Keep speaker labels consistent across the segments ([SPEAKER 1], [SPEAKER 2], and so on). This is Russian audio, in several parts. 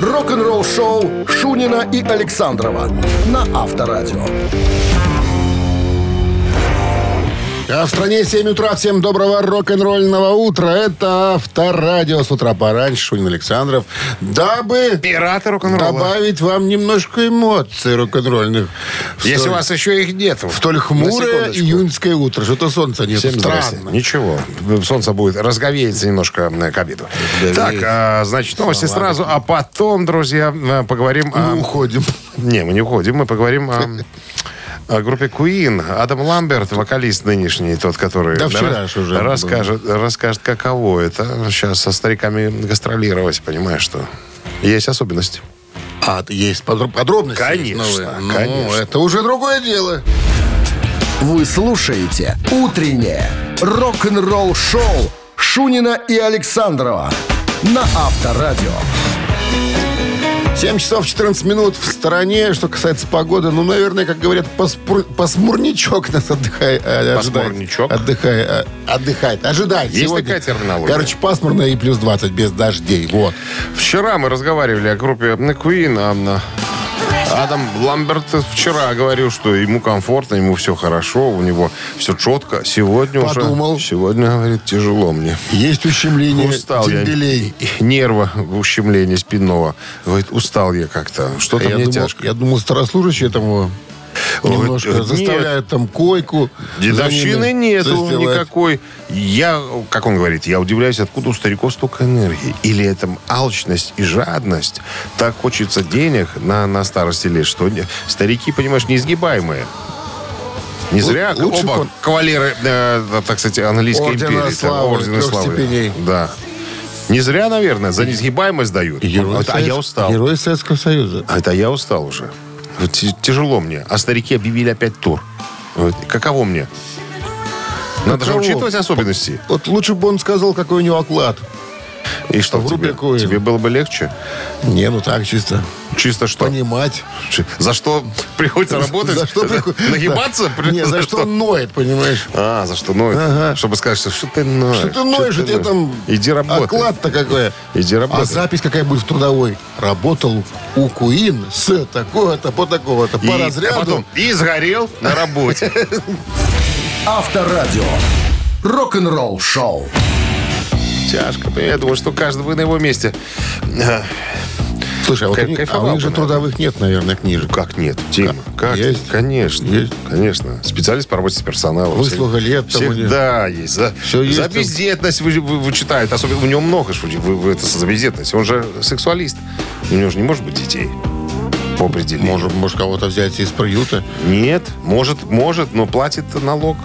[SPEAKER 1] рок-н-ролл шоу Шунина и Александрова на Авторадио.
[SPEAKER 2] А в стране 7 утра. Всем доброго рок-н-ролльного утра. Это Авторадио с утра пораньше. Шунин Александров. Дабы
[SPEAKER 3] Пираты рок-н-ролла.
[SPEAKER 2] добавить вам немножко эмоций рок-н-ролльных. В
[SPEAKER 3] Если
[SPEAKER 2] столь-
[SPEAKER 3] у вас еще их нету.
[SPEAKER 2] в столь
[SPEAKER 3] На
[SPEAKER 2] хмурое
[SPEAKER 3] секундочку.
[SPEAKER 2] июньское утро. Что-то солнца нет.
[SPEAKER 3] Всем здрасте.
[SPEAKER 2] Странно.
[SPEAKER 3] Ничего. Солнце будет разговеется немножко м, к обеду.
[SPEAKER 2] Разговеется.
[SPEAKER 3] Так, а, значит, новости сразу. А потом, друзья, м, поговорим... о-
[SPEAKER 2] Мы уходим.
[SPEAKER 3] Не, мы не уходим. Мы поговорим о, о группе Queen. Адам Ламберт, вокалист нынешний, тот, который...
[SPEAKER 2] Да вчера ж уже
[SPEAKER 3] Расскажет, расскажет, каково это сейчас со стариками гастролировать, понимаешь, что... Есть особенности.
[SPEAKER 2] А, т- есть подро- подробности?
[SPEAKER 3] Конечно,
[SPEAKER 2] есть новые? Ну,
[SPEAKER 3] конечно.
[SPEAKER 2] это уже другое дело.
[SPEAKER 1] Вы слушаете «Утреннее рок-н-ролл-шоу» Шунина и Александрова на Авторадио.
[SPEAKER 2] 7 часов 14 минут в стороне. Что касается погоды, ну, наверное, как говорят, поспур- посмурничок нас отдыхает. э, ожидает.
[SPEAKER 3] Посмурничок?
[SPEAKER 2] Отдыхает. э, отдыхает. Ожидает
[SPEAKER 3] Есть
[SPEAKER 2] сегодня.
[SPEAKER 3] такая терминология?
[SPEAKER 2] Короче, пасмурно и плюс 20 без дождей. Вот.
[SPEAKER 3] Вчера мы разговаривали о группе Queen. а, м, Адам Ламберт вчера говорил, что ему комфортно, ему все хорошо, у него все четко. Сегодня
[SPEAKER 2] Подумал.
[SPEAKER 3] уже... Сегодня, говорит, тяжело мне.
[SPEAKER 2] Есть ущемление
[SPEAKER 3] Устал я.
[SPEAKER 2] дембелей.
[SPEAKER 3] Нерва, ущемление спинного. Говорит, устал я как-то. Что-то
[SPEAKER 2] А Я
[SPEAKER 3] мне
[SPEAKER 2] думал,
[SPEAKER 3] тяжко.
[SPEAKER 2] я думал, старослужащие там
[SPEAKER 3] Ой, э,
[SPEAKER 2] немножко
[SPEAKER 3] нет.
[SPEAKER 2] заставляют там койку. за
[SPEAKER 3] Дедовщины
[SPEAKER 2] ними
[SPEAKER 3] нету
[SPEAKER 2] застилать.
[SPEAKER 3] никакой. Я, как он говорит, я удивляюсь, откуда у стариков столько энергии. Или это алчность и жадность. Так хочется денег на, на старости лет, что не- старики, понимаешь, неизгибаемые. Не зря
[SPEAKER 2] лучше
[SPEAKER 3] оба
[SPEAKER 2] кон-
[SPEAKER 3] кавалеры, э, да, так сказать, английской
[SPEAKER 2] Ордена
[SPEAKER 3] империи. там,
[SPEAKER 2] славы,
[SPEAKER 3] ордена
[SPEAKER 2] трех
[SPEAKER 3] славы.
[SPEAKER 2] степеней.
[SPEAKER 3] Да. Не зря, наверное, за неизгибаемость дают.
[SPEAKER 2] Герой
[SPEAKER 3] Вот, а
[SPEAKER 2] Совет-
[SPEAKER 3] я устал.
[SPEAKER 2] Герой Советского Союза.
[SPEAKER 3] А Это я устал уже. Вот ти- Тяжело мне. А старики объявили опять тур. Вот Каково мне? Надо же
[SPEAKER 2] Каково?
[SPEAKER 3] учитывать особенности.
[SPEAKER 2] Вот лучше бы он сказал, какой у него оклад.
[SPEAKER 3] И что
[SPEAKER 2] В
[SPEAKER 3] тебе?
[SPEAKER 2] рубрику и-
[SPEAKER 3] Тебе было бы легче?
[SPEAKER 2] Не, ну так чисто.
[SPEAKER 3] Чисто что?
[SPEAKER 2] Понимать.
[SPEAKER 3] Ч- За что приходится работать?
[SPEAKER 2] За что приход-
[SPEAKER 3] э, Нагибаться?
[SPEAKER 2] Да. Не, за что он ноет, понимаешь?
[SPEAKER 3] А, за что ноет? Чтобы сказать, что, «Что ты ноешь.
[SPEAKER 2] Что ты ноешь, у тебя там
[SPEAKER 3] Иди работай.
[SPEAKER 2] оклад-то какой.
[SPEAKER 3] Иди работай.
[SPEAKER 2] А запись какая будет в трудовой? Работал у Куин с такого-то по такого-то
[SPEAKER 3] И а
[SPEAKER 2] по разряду.
[SPEAKER 3] потом и сгорел на работе.
[SPEAKER 1] Авторадио. Рок-н-ролл шоу.
[SPEAKER 3] Тяжко. Я думаю, что каждый бы на его месте.
[SPEAKER 2] Слушай, а, вот
[SPEAKER 3] Кай-
[SPEAKER 2] у них- а
[SPEAKER 3] кайфовал
[SPEAKER 2] у
[SPEAKER 3] бы,
[SPEAKER 2] них же
[SPEAKER 3] наверное.
[SPEAKER 2] трудовых нет, наверное, книжек.
[SPEAKER 3] Как нет, Тима? Как?
[SPEAKER 2] Есть.
[SPEAKER 3] Конечно.
[SPEAKER 2] Есть.
[SPEAKER 3] Конечно. Специалист по работе с персоналом.
[SPEAKER 2] Выслуга лет там у него.
[SPEAKER 3] Всегда есть. За,
[SPEAKER 2] Всё есть
[SPEAKER 3] за
[SPEAKER 2] там.
[SPEAKER 3] бездетность вы- вы- вычитают. Особенно у него много ж вы- вы- вы- это за бездетность. Он же сексуалист. У него же не может быть детей. По определению.
[SPEAKER 2] Может, может кого-то взять из приюта.
[SPEAKER 3] Нет. Может, может, но платит налог.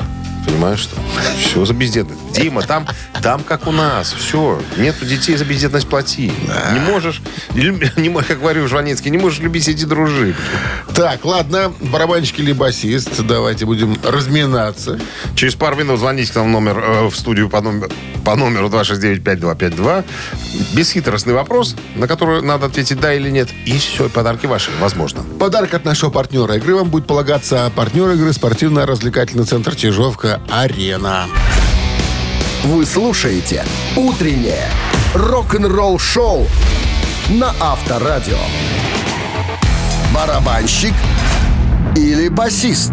[SPEAKER 3] Понимаешь, что? Все за бездетность. Дима, там, там как у нас. Все. Нету детей за бездетность плати. Не можешь, лю- не, можешь, как говорил Жванецкий, не можешь любить, иди дружи.
[SPEAKER 2] Так, ладно, барабанщик или басист, давайте будем разминаться.
[SPEAKER 3] Через пару минут звоните к нам в номер, э, в студию по номеру, по номеру 269-5252. Бесхитростный вопрос, на который надо ответить да или нет. И все, подарки ваши, возможно.
[SPEAKER 2] Подарок от нашего партнера игры вам будет полагаться партнер игры спортивно-развлекательный центр «Чижовка-Арена».
[SPEAKER 1] Вы слушаете «Утреннее рок-н-ролл шоу» на Авторадио. Барабанщик или басист?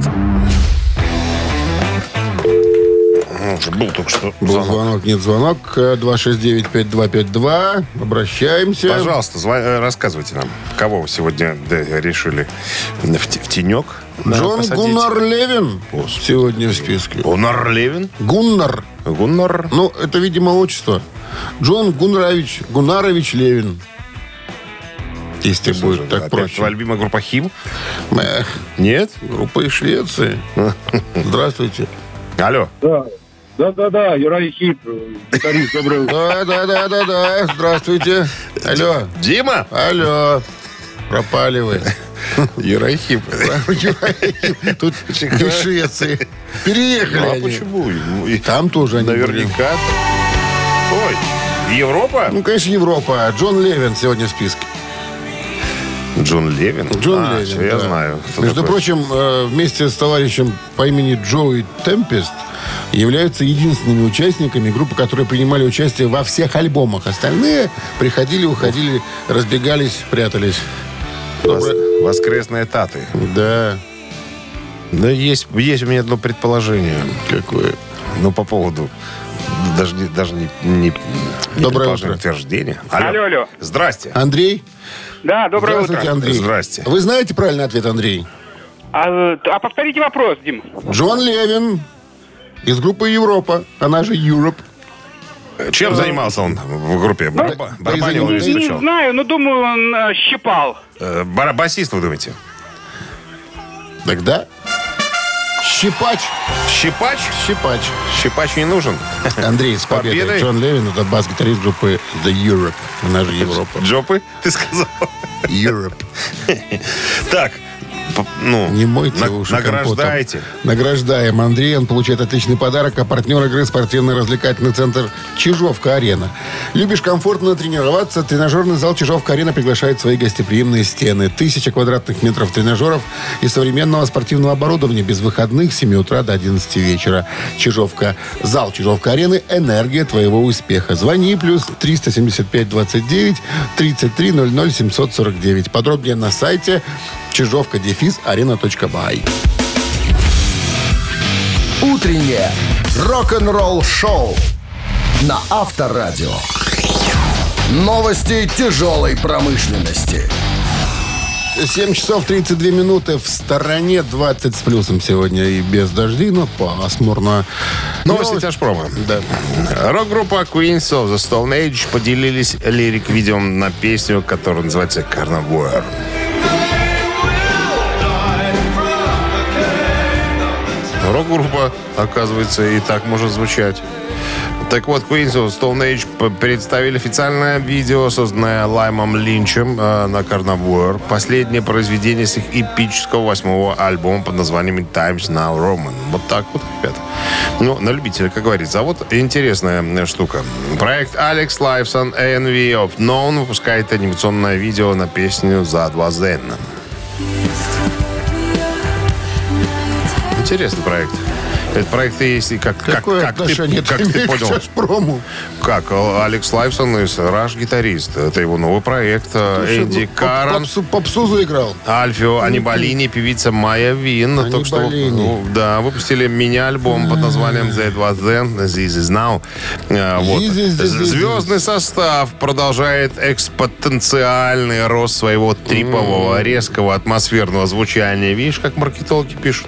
[SPEAKER 3] Был только что
[SPEAKER 2] Ну, Был звонок, нет звонок. Э, 269-5252. Обращаемся.
[SPEAKER 3] Пожалуйста, зва- э, рассказывайте нам, кого вы сегодня да, решили в, те- в тенек да,
[SPEAKER 2] Джон
[SPEAKER 3] посадить?
[SPEAKER 2] Гуннар Левин
[SPEAKER 3] Господи.
[SPEAKER 2] сегодня в списке.
[SPEAKER 3] Гуннар Левин.
[SPEAKER 2] Гуннар.
[SPEAKER 3] Гуннар.
[SPEAKER 2] Ну, это, видимо, отчество. Джон Гуннарович, Гунарович Левин. Если будет так
[SPEAKER 3] Опять Твоя
[SPEAKER 2] проще.
[SPEAKER 3] любимая группа Хим?
[SPEAKER 2] Эх,
[SPEAKER 3] Нет?
[SPEAKER 2] Группа из Швеции. Здравствуйте.
[SPEAKER 3] Алло.
[SPEAKER 4] Да, да, да, да, Юрай Хип, гитарист, доброе утро.
[SPEAKER 2] Да, да, да, да, да. Здравствуйте. Алло.
[SPEAKER 3] Дима?
[SPEAKER 2] Алло. Пропали вы.
[SPEAKER 3] Юрахим.
[SPEAKER 2] Тут из Швеции. Переехали
[SPEAKER 3] А
[SPEAKER 2] они.
[SPEAKER 3] почему? И-
[SPEAKER 2] Там тоже они были.
[SPEAKER 3] Наверняка. Ой, Европа?
[SPEAKER 2] Ну, конечно, Европа. Джон Левин сегодня в списке.
[SPEAKER 3] Джон Левин.
[SPEAKER 2] Джон
[SPEAKER 3] А,
[SPEAKER 2] Левин.
[SPEAKER 3] всё, я
[SPEAKER 2] да.
[SPEAKER 3] знаю. кто
[SPEAKER 2] Между
[SPEAKER 3] такой.
[SPEAKER 2] прочим, э, вместе с товарищем по имени Джоуи Темпест являются единственными участниками группы, которые принимали участие во всех альбомах. Остальные приходили, уходили, разбегались, прятались.
[SPEAKER 3] Вос- Воскресные таты.
[SPEAKER 2] Да.
[SPEAKER 3] Да есть, есть у меня одно предположение.
[SPEAKER 2] Какое?
[SPEAKER 3] Ну, по поводу... Даже, не- даже не, не, не
[SPEAKER 2] Доброе
[SPEAKER 3] предположение,
[SPEAKER 2] утро.
[SPEAKER 3] утверждение.
[SPEAKER 4] Алло, алло.
[SPEAKER 3] Здрасте.
[SPEAKER 2] Андрей?
[SPEAKER 4] Да, доброе утро.
[SPEAKER 2] Здравствуйте, Андрей.
[SPEAKER 3] Здрасте.
[SPEAKER 2] Вы знаете правильный ответ, Андрей?
[SPEAKER 4] А, э, а повторите вопрос, Дим.
[SPEAKER 2] Джон Левин из группы Европа, она же Europe.
[SPEAKER 3] Чем занимался он в группе?
[SPEAKER 4] Ну,
[SPEAKER 3] Бараба-
[SPEAKER 2] да
[SPEAKER 3] барабанил или
[SPEAKER 2] извините.
[SPEAKER 4] Не
[SPEAKER 3] стучал?
[SPEAKER 4] знаю, но думаю, он э, щипал.
[SPEAKER 3] Э, бара- Басист, вы думаете?
[SPEAKER 2] Тогда щипач,
[SPEAKER 3] Щипач?
[SPEAKER 2] щипач.
[SPEAKER 3] Щипач не нужен.
[SPEAKER 2] Андрей, с победой.
[SPEAKER 3] победой.
[SPEAKER 2] Джон Левин, это бас-гитарист группы The Europe. Она же Европа.
[SPEAKER 3] Джопы, ты сказал.
[SPEAKER 2] Europe.
[SPEAKER 3] Так, п- ну,
[SPEAKER 2] Не мойте
[SPEAKER 3] на-
[SPEAKER 2] уши
[SPEAKER 3] награждайте.
[SPEAKER 2] компотом. Награждаем Андрея. Он получает отличный подарок. А партнер игры спортивно-развлекательный центр «Чижовка-арена». Любишь комфортно тренироваться? Тренажерный зал «Чижовка-арена» приглашает в свои гостеприимные стены. Тысяча квадратных метров тренажеров и современного спортивного оборудования без выходных с 7 утра до 11 вечера. «Чижовка». Зал «Чижовка-арены» – энергия твоего успеха. Звони плюс 375-29-33-00-749. Подробнее на сайте чижовка дефис арена.бай.
[SPEAKER 1] Утреннее рок-н-ролл-шоу на Авторадио. Новости тяжелой промышленности.
[SPEAKER 2] 7 часов 32 минуты. В стороне 20 с плюсом сегодня и без дождей, но пасмурно.
[SPEAKER 3] Новости
[SPEAKER 2] Новость-
[SPEAKER 3] Тяжпрома.
[SPEAKER 2] Да.
[SPEAKER 3] Рок-группа Queens of the Stone Age поделились лирик-видео на песню, которая называется «Carnivore». Рок-группа, оказывается, и так может звучать. Так вот, Queens of Stone Age п- представили официальное видео, созданное Лаймом Линчем э, на Carnivore. Последнее произведение с их эпического восьмого альбома под названием Times Now Roman. Вот так вот, ребята. Ну, на любителя, как говорится. А вот интересная э, штука. Проект Alex Lifeson ANV of Known выпускает анимационное видео на песню «За два зена». Интересный проект. Этот проект есть и как, как,
[SPEAKER 2] Какое
[SPEAKER 3] как, ты,
[SPEAKER 2] отношение
[SPEAKER 3] как
[SPEAKER 2] ты,
[SPEAKER 3] ты
[SPEAKER 2] имеешь
[SPEAKER 3] понял.
[SPEAKER 2] к «Тяжпрому»?
[SPEAKER 3] Как? э, Алекс Лайфсон из «Раш Гитарист». Это его новый проект. э, Энди
[SPEAKER 2] Поп-
[SPEAKER 3] Карен,
[SPEAKER 2] попсу- Попсу заиграл.
[SPEAKER 3] Альфио Анибалини, певица Майя
[SPEAKER 2] А
[SPEAKER 3] Вин. Только что
[SPEAKER 2] Анибалини.
[SPEAKER 3] ну, да, выпустили мини-альбом под названием «The Was Then, This Is Now». Э, вот.
[SPEAKER 2] This is the business.
[SPEAKER 3] Звездный состав продолжает экспотенциальный рост своего трипового, резкого атмосферного звучания. Видишь, как маркетологи пишут?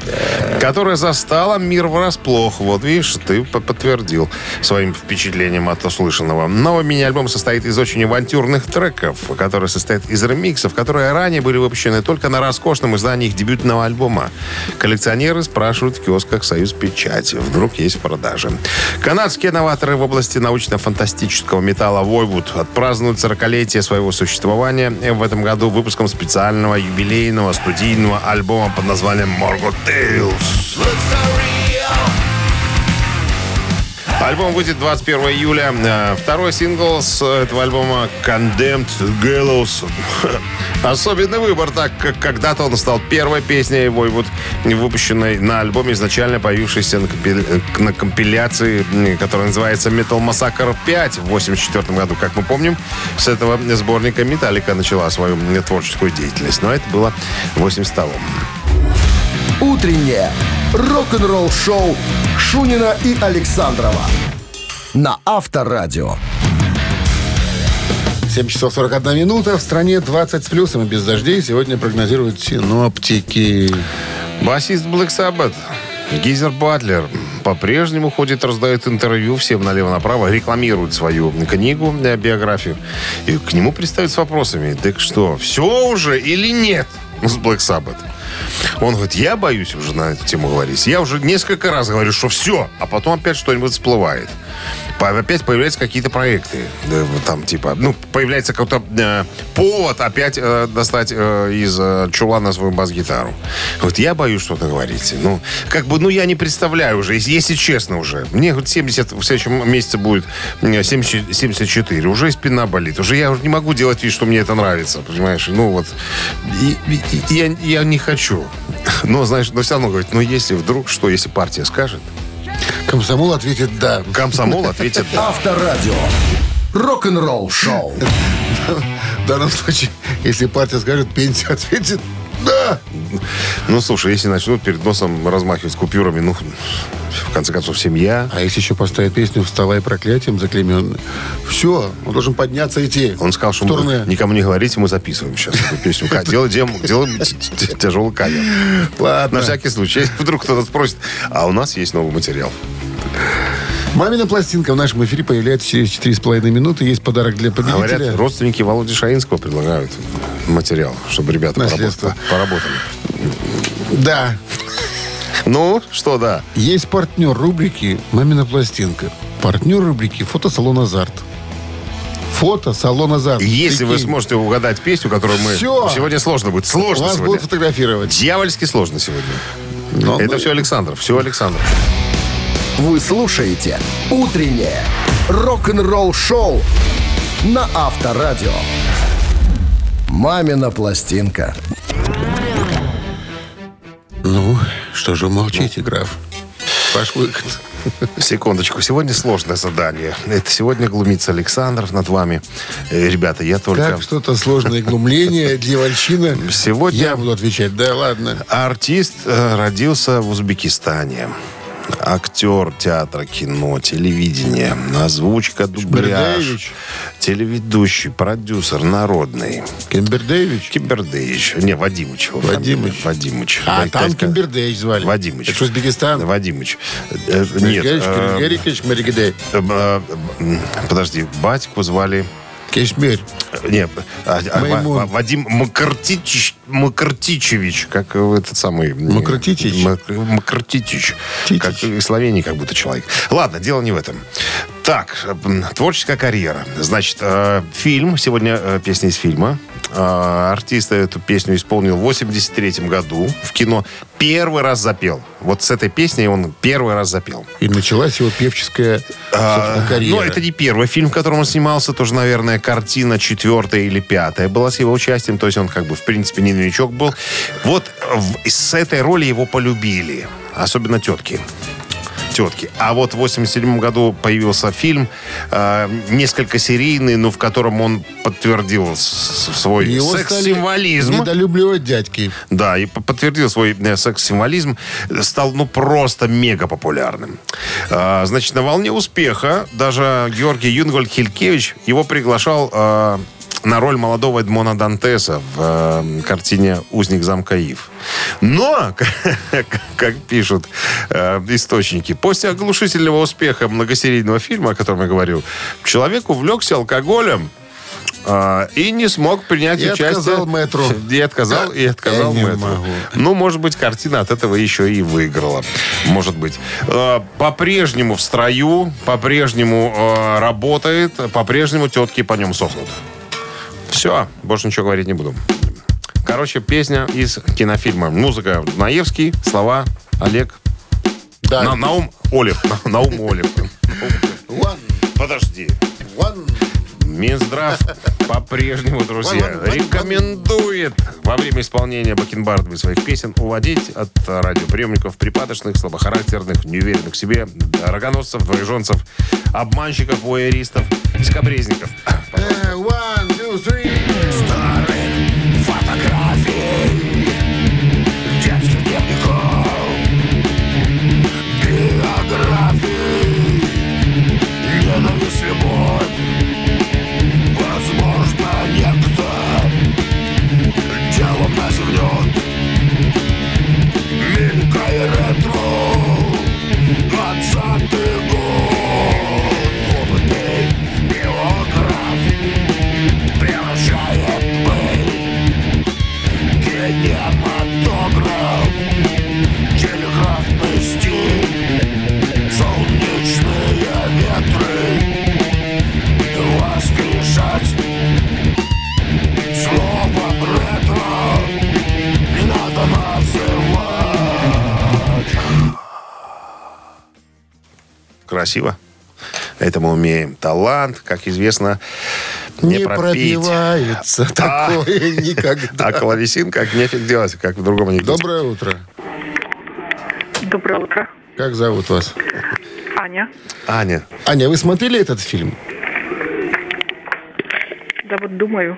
[SPEAKER 3] Которое застало мир врасплох. Вот видишь, ты по- подтвердил своим впечатлением от услышанного. Новый мини-альбом состоит из очень авантюрных треков, который состоит из ремиксов, которые ранее были выпущены только на роскошном издании их дебютного альбома. Коллекционеры спрашивают в киосках «Союз печати». Вдруг есть в продаже. Канадские новаторы в области научно-фантастического металла Войвуд отпразднуют 40-летие своего существования в этом году выпуском специального юбилейного студийного альбома под названием «Morgoth Tales». Альбом выйдет 21 июля. Э, Второй сингл с этого альбома «Condemned Gallows». Особенный выбор, так как когда-то он стал первой песней Войвуд, выпущенной на альбоме, изначально появившейся на, компи- э, на компиляции, м, которая называется «Metal Massacre 5» в 1984 году. Как мы помним, с этого сборника «Металлика» начала свою м, творческую деятельность. Но это было в 82
[SPEAKER 1] Утреннее рок-н-ролл-шоу Шунина и Александрова на Авторадио.
[SPEAKER 2] 7 часов 41 минута. В стране 20 с плюсом и без дождей. Сегодня прогнозируют синоптики.
[SPEAKER 3] Басист Black Sabbath Гизер Батлер по-прежнему ходит, раздает интервью всем налево-направо, рекламирует свою книгу, э, биографию. И к нему пристают с вопросами. Так что, все уже или нет с Black Sabbath? Он говорит, я боюсь уже на эту тему говорить. Я уже несколько раз говорю, что все, а потом опять что-нибудь всплывает. По- Опять появляются какие-то проекты. Да, вот Там типа, ну, появляется какой-то э, повод опять э, достать э, из э, чулана свою бас-гитару. Вот я боюсь что-то говорить. Ну, как бы, ну, я не представляю уже, если, если честно уже. Мне вот 70, в следующем месяце будет э, 70 74. Уже и спина болит. Уже я уже не могу делать вид, что мне это нравится, понимаешь? Ну, вот. И- и- и я, я не хочу. Но, знаешь, но все равно говорить, ну, если вдруг, что если партия скажет,
[SPEAKER 2] Комсомол ответит «да».
[SPEAKER 3] Комсомол ответит «да».
[SPEAKER 1] Авторадио. Рок-н-ролл шоу.
[SPEAKER 2] В данном случае, если партия скажет «пенсия», ответит «да».
[SPEAKER 3] Ну, слушай, если начнут перед носом размахивать купюрами, ну, в конце концов, семья.
[SPEAKER 2] А если еще поставить песню «Вставай проклятием» заклеменной, все, он должен подняться и идти.
[SPEAKER 3] Он сказал, что
[SPEAKER 2] В
[SPEAKER 3] мы-
[SPEAKER 2] турне.
[SPEAKER 3] никому не говорите, мы записываем сейчас эту песню. Ха, Дело, делаем, делаем т- т- тяжелый кавер.
[SPEAKER 2] Ладно.
[SPEAKER 3] На всякий случай, если вдруг кто-то спросит, а у нас есть новый материал.
[SPEAKER 2] «Мамина пластинка» в нашем эфире появляется через 4,5 минуты. Есть подарок для победителя.
[SPEAKER 3] Говорят, родственники Володи Шаинского предлагают материал, чтобы ребята
[SPEAKER 2] Наследство.
[SPEAKER 3] поработали. поработали.
[SPEAKER 2] Да.
[SPEAKER 3] Ну, что да.
[SPEAKER 2] Есть партнер рубрики «Мамина пластинка». Партнер рубрики «Фотосалон Азарт». Фотосалон Азарт.
[SPEAKER 3] Если вы
[SPEAKER 2] Прикинь,
[SPEAKER 3] сможете угадать песню, которую мы...
[SPEAKER 2] Всё.
[SPEAKER 3] Сегодня сложно будет. Сложно
[SPEAKER 2] Вас
[SPEAKER 3] сегодня.
[SPEAKER 2] будут фотографировать.
[SPEAKER 3] Дьявольски сложно сегодня.
[SPEAKER 2] Но- ну,
[SPEAKER 3] Это все Александр. Все Александр.
[SPEAKER 1] Вы слушаете «Утреннее рок-н-ролл-шоу» на Авторадио. «Мамина пластинка».
[SPEAKER 2] Ну, что же вы молчите, граф? Ваш выход.
[SPEAKER 3] Секундочку. Сегодня сложное задание. Это сегодня глумится Александров над вами. Э, Ребята, я только...
[SPEAKER 2] Так, что-то сложное глумление, дьявольщина.
[SPEAKER 3] Сегодня-
[SPEAKER 2] Я буду отвечать. Да, ладно.
[SPEAKER 3] Артист э, родился в Узбекистане. Актер театра, кино, телевидения, озвучка, дубляж,
[SPEAKER 2] Бердеевич?
[SPEAKER 3] телеведущий, продюсер, народный.
[SPEAKER 2] Кимбердеевич?
[SPEAKER 3] Кимбердеевич. Не, Вадимыч. его фамилия.
[SPEAKER 2] Вадимыч.
[SPEAKER 3] Вадимыч.
[SPEAKER 2] А,
[SPEAKER 3] Вадь-
[SPEAKER 2] там
[SPEAKER 3] Вадька.
[SPEAKER 2] Кимбердеевич звали.
[SPEAKER 3] Вадимыч.
[SPEAKER 2] Это что, Узбекистан?
[SPEAKER 3] Вадимыч. Э, э, Нет.
[SPEAKER 2] Мерегевич,
[SPEAKER 3] э,
[SPEAKER 2] Кириллерикович, Мерегедей.
[SPEAKER 3] э, э, м, Подожди, батьку звали...
[SPEAKER 2] Кишмир.
[SPEAKER 3] э, Не, а- а-
[SPEAKER 2] Маймун.
[SPEAKER 3] Ва- Вадим Макартич, Макартичевич, как э, этот самый... э,
[SPEAKER 2] Макартичич?
[SPEAKER 3] Мак- Макартичич.
[SPEAKER 2] Титич.
[SPEAKER 3] Как из Словении как будто человек. Ладно, дело не в этом. Так, э, м, творческая карьера. Значит, э, фильм, сегодня э, песня из фильма. Э, Артист эту песню исполнил в 83 году в кино. Первый раз запел. Вот с этой песней он первый раз запел.
[SPEAKER 2] И началась его певческая, собственно, карьера.
[SPEAKER 3] Ну, это не первый фильм, в котором он снимался. Тоже, наверное, картина четвертая или пятая была с его участием. То есть он, как бы, в принципе, не новичок был. Вот в- с этой роли его полюбили. Особенно тетки. Тетки. А вот в 87 году появился фильм, э, несколько серийный, но в котором он подтвердил с- с- свой
[SPEAKER 2] Его стали
[SPEAKER 3] секс-символизм.
[SPEAKER 2] недолюбливать дядьки.
[SPEAKER 3] Да, и п- подтвердил свой э, секс-символизм. Стал, ну, просто мега популярным. А, значит, на волне успеха даже Георгий Юнгольд Хилькевич его приглашал э, на роль молодого Эдмона Дантеса в э, картине «Узник замка Ив». Но, как пишут э, источники, после оглушительного успеха многосерийного фильма, о котором я говорил, человек увлекся алкоголем а, и не смог принять
[SPEAKER 2] И
[SPEAKER 3] участие.
[SPEAKER 2] отказал мэтру.
[SPEAKER 3] И отказал, и
[SPEAKER 2] Я
[SPEAKER 3] отказал
[SPEAKER 2] не
[SPEAKER 3] мэтру.
[SPEAKER 2] могу.
[SPEAKER 3] Ну, может быть, картина от этого еще и выиграла. Может быть. Э, По-прежнему в строю, по-прежнему э, работает, по-прежнему тетки по нем сохнут. Все, больше ничего говорить не буду. Короче, песня из кинофильма. Музыка Наевский, слова Олег.
[SPEAKER 2] Да.
[SPEAKER 3] На- Наум Олев. На- Наум Олев.
[SPEAKER 2] One,
[SPEAKER 3] Подожди.
[SPEAKER 2] one.
[SPEAKER 3] Минздрав по-прежнему, друзья,
[SPEAKER 2] Ван, ван, ван,
[SPEAKER 3] рекомендует во время исполнения бакенбардами своих песен уводить от э, радиоприемников припадочных, слабохарактерных, неуверенных в себе, рогоносцев, двоеженцев, обманщиков, воеристов, скобрезников.
[SPEAKER 2] Э, One, two, three.
[SPEAKER 3] Красиво. Это мы умеем. Талант, как известно, не,
[SPEAKER 2] Не
[SPEAKER 3] пропить.
[SPEAKER 2] пробивается такое
[SPEAKER 3] А
[SPEAKER 2] никогда.
[SPEAKER 3] клавесин как нефиг делать, А. как в другом анекдоте.
[SPEAKER 2] Доброе утро.
[SPEAKER 5] Доброе утро.
[SPEAKER 2] Как зовут вас?
[SPEAKER 5] Аня.
[SPEAKER 3] Аня,
[SPEAKER 2] Аня, вы смотрели этот фильм?
[SPEAKER 5] Да вот думаю.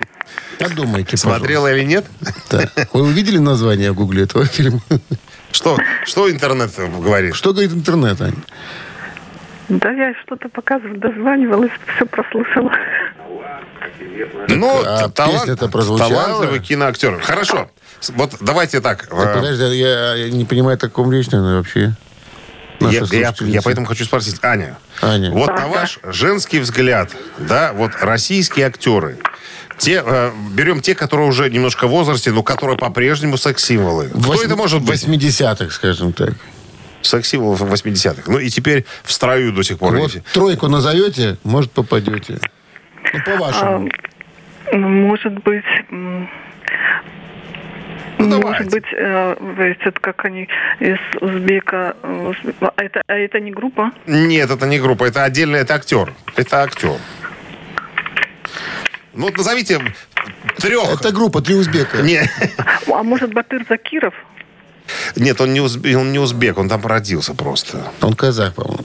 [SPEAKER 2] Подумайте,
[SPEAKER 3] смотрела или нет?
[SPEAKER 2] пожалуйста. Вы увидели название в гугле этого фильма?
[SPEAKER 3] Что, что интернет говорит?
[SPEAKER 2] Что говорит интернет, Аня?
[SPEAKER 5] Да, я что-то показывала, дозванивалась, все прослушала.
[SPEAKER 3] Ну,
[SPEAKER 2] а
[SPEAKER 3] т- талант-
[SPEAKER 2] песня-то прозвучала.
[SPEAKER 3] талантливый киноактер. Хорошо. С- Вот давайте так.
[SPEAKER 2] Так,
[SPEAKER 3] э,
[SPEAKER 2] подожди, я я не понимаю, о каком речь, наверное, вообще. Наша
[SPEAKER 3] я, я-
[SPEAKER 2] слушательница.
[SPEAKER 3] я поэтому хочу спросить, Аня,
[SPEAKER 2] Аня.
[SPEAKER 3] вот
[SPEAKER 5] Да,
[SPEAKER 3] на ваш женский взгляд, да, вот российские актеры, те, э, берем те, которые уже немножко в возрасте, но которые по-прежнему секс-символы. Кто
[SPEAKER 2] Восьми-
[SPEAKER 3] это может быть?
[SPEAKER 2] 80-х, скажем так.
[SPEAKER 3] Секс-символы 80-х. Ну и теперь в строю до сих пор.
[SPEAKER 2] Вот
[SPEAKER 3] видите.
[SPEAKER 2] тройку назовете, может, попадете. Ну,
[SPEAKER 5] А,
[SPEAKER 2] по-вашему.
[SPEAKER 5] Ну, Может быть... м,
[SPEAKER 3] Ну, давайте.
[SPEAKER 5] Может быть, э, вы- это как они из Узбека... э, Уз- А это, а это не группа?
[SPEAKER 3] Нет, это не группа, это отдельно, это актер. Это актер. Ну вот назовите трех.
[SPEAKER 2] Это группа «Три узбека».
[SPEAKER 3] Не,
[SPEAKER 5] А может, Батыр Закиров?
[SPEAKER 3] Нет, он не, узб- он не узбек, он там родился просто.
[SPEAKER 2] Он казах, по-моему.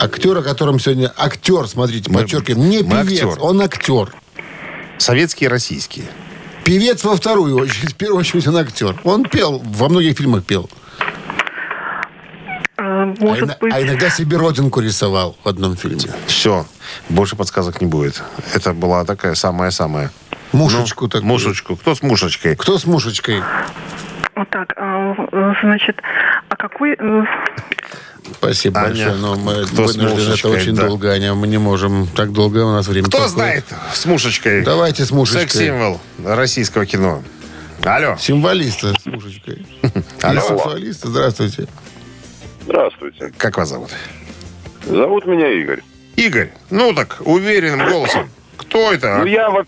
[SPEAKER 2] Актер, о котором сегодня... Актер, смотрите, подчеркиваем. Не
[SPEAKER 3] мы
[SPEAKER 2] певец,
[SPEAKER 3] актер.
[SPEAKER 2] он актер.
[SPEAKER 3] Советские, российские.
[SPEAKER 2] Певец во вторую очередь. В первую очередь он актер. Он пел, во многих фильмах пел.
[SPEAKER 5] Э,
[SPEAKER 2] А,
[SPEAKER 5] Может
[SPEAKER 2] ина-
[SPEAKER 5] быть...
[SPEAKER 2] а иногда себе родинку рисовал в одном фильме.
[SPEAKER 3] Все, больше подсказок не будет. Это была такая самая-самая.
[SPEAKER 2] Мушечку
[SPEAKER 3] Ну,
[SPEAKER 2] такую.
[SPEAKER 3] Мушечку. Кто с мушечкой?
[SPEAKER 2] Кто с мушечкой?
[SPEAKER 5] Вот так, а, э, значит, а какой... э,
[SPEAKER 2] Спасибо
[SPEAKER 3] Аня,
[SPEAKER 2] большое, но мы
[SPEAKER 3] кто с
[SPEAKER 2] вынуждены это
[SPEAKER 3] мушечкой,
[SPEAKER 2] очень
[SPEAKER 3] да.
[SPEAKER 2] долго, Аня. Мы не можем. Так долго у нас время
[SPEAKER 3] Кто
[SPEAKER 2] проходит.
[SPEAKER 3] знает с мушечкой?
[SPEAKER 2] Давайте с мушечкой.
[SPEAKER 3] Секс-символ российского кино. Алло.
[SPEAKER 2] Символиста с мушечкой.
[SPEAKER 3] Алло.
[SPEAKER 2] И сексуалиста. Здравствуйте.
[SPEAKER 6] Здравствуйте.
[SPEAKER 3] Как вас зовут?
[SPEAKER 6] Зовут меня Игорь.
[SPEAKER 3] Игорь. Ну так, уверенным голосом. Кто это?
[SPEAKER 6] Ну, я, во-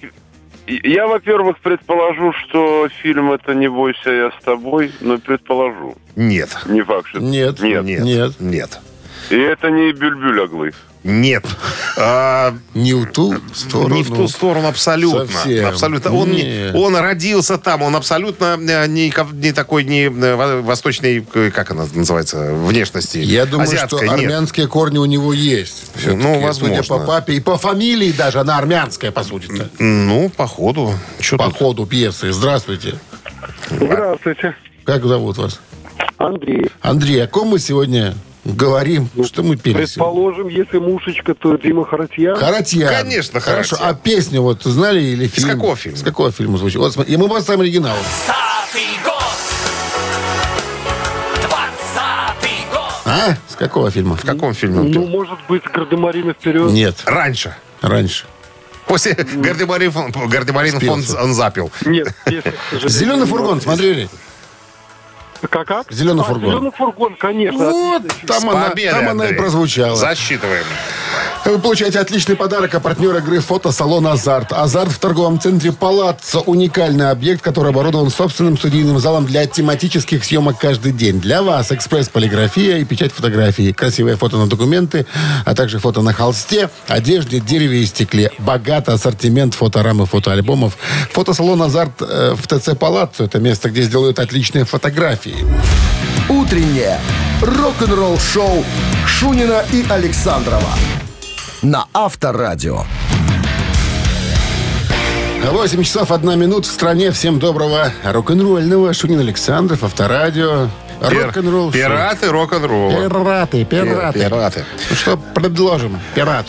[SPEAKER 6] я, во-первых, предположу, что фильм это «Не бойся, я с тобой», но предположу.
[SPEAKER 3] Нет.
[SPEAKER 6] Не факт, что...
[SPEAKER 2] Нет.
[SPEAKER 6] Нет.
[SPEAKER 3] Нет.
[SPEAKER 2] Нет.
[SPEAKER 3] Нет.
[SPEAKER 6] И это не Бюльбюль Оглы.
[SPEAKER 3] Нет. А,
[SPEAKER 2] Не в ту сторону.
[SPEAKER 3] Не в ту сторону абсолютно.
[SPEAKER 2] Совсем.
[SPEAKER 3] Абсолютно. Он, не-
[SPEAKER 2] Нет.
[SPEAKER 3] он родился там, он абсолютно э, не, ко- не такой не э, во- восточной, э, как она называется, внешности.
[SPEAKER 2] Я думаю,
[SPEAKER 3] Азиатской.
[SPEAKER 2] что
[SPEAKER 3] Нет.
[SPEAKER 2] армянские корни у него есть. Всё-таки,
[SPEAKER 3] Ну, возможно.
[SPEAKER 2] Судя по папе и по фамилии даже, она армянская, по сути
[SPEAKER 3] Ну, походу. Что
[SPEAKER 2] По
[SPEAKER 3] тут?
[SPEAKER 2] ходу пьесы. Здравствуйте.
[SPEAKER 4] Здравствуйте.
[SPEAKER 2] Как зовут вас?
[SPEAKER 4] Андрей, Ну,
[SPEAKER 2] Андрей, о ком мы сегодня говорим? Что мы пели сегодня?
[SPEAKER 4] предположим, если мушечка, то Дима Харатьян.
[SPEAKER 2] Харатьян.
[SPEAKER 3] Конечно,
[SPEAKER 2] Хорошо. А
[SPEAKER 3] Харатьян.
[SPEAKER 2] песню вот знали или фильм?
[SPEAKER 3] какого фильма?
[SPEAKER 2] С какого фильма звучит? Вот, смотри, и мы поставим оригинал.
[SPEAKER 7] Двадцатый год. Двадцатый год.
[SPEAKER 2] А? С какого фильма?
[SPEAKER 3] В каком фильме он
[SPEAKER 4] Ну,
[SPEAKER 3] пел?
[SPEAKER 4] может быть, Гардемарина вперед.
[SPEAKER 2] Нет,
[SPEAKER 3] Раньше.
[SPEAKER 2] раньше.
[SPEAKER 3] После
[SPEAKER 2] ну,
[SPEAKER 3] Гардемарин, фон- Гардемарин фон,
[SPEAKER 2] Спился.
[SPEAKER 3] он запил.
[SPEAKER 4] Нет, песня, к сожалению,
[SPEAKER 2] Зеленый
[SPEAKER 4] не
[SPEAKER 2] фургон,
[SPEAKER 4] могу.
[SPEAKER 2] смотрели?
[SPEAKER 4] Как, как?
[SPEAKER 2] «Зеленый
[SPEAKER 4] А,
[SPEAKER 2] фургон».
[SPEAKER 4] «Зеленый фургон», конечно.
[SPEAKER 2] Вот, там, она,
[SPEAKER 3] Победа,
[SPEAKER 2] там она и
[SPEAKER 3] Андрей.
[SPEAKER 2] прозвучала.
[SPEAKER 3] Засчитываем.
[SPEAKER 2] Вы получаете отличный подарок от партнера игры фотосалон «Азарт». «Азарт» в торговом центре «Палаццо» – уникальный объект, который оборудован собственным студийным залом для тематических съемок каждый день. Для вас экспресс-полиграфия и печать фотографии, красивые фото на документы, а также фото на холсте, одежде, дереве и стекле. Богат ассортимент фоторам и фотоальбомов. Фотосалон «Азарт» э, в ТЦ «Палаццо» – это место, где сделают отличные фотографии.
[SPEAKER 1] Утреннее рок-н-ролл-шоу Шунина и Александрова на Авторадио.
[SPEAKER 2] 8 часов 1 минут в стране. Всем доброго рок-н-ролльного. Шунин Александров, Авторадио.
[SPEAKER 3] Пир-
[SPEAKER 2] Рок-н-ролл.
[SPEAKER 3] Пираты рок-н-ролла.
[SPEAKER 2] Пираты, пираты.
[SPEAKER 3] Пираты.
[SPEAKER 2] Ну Что предложим? Пират.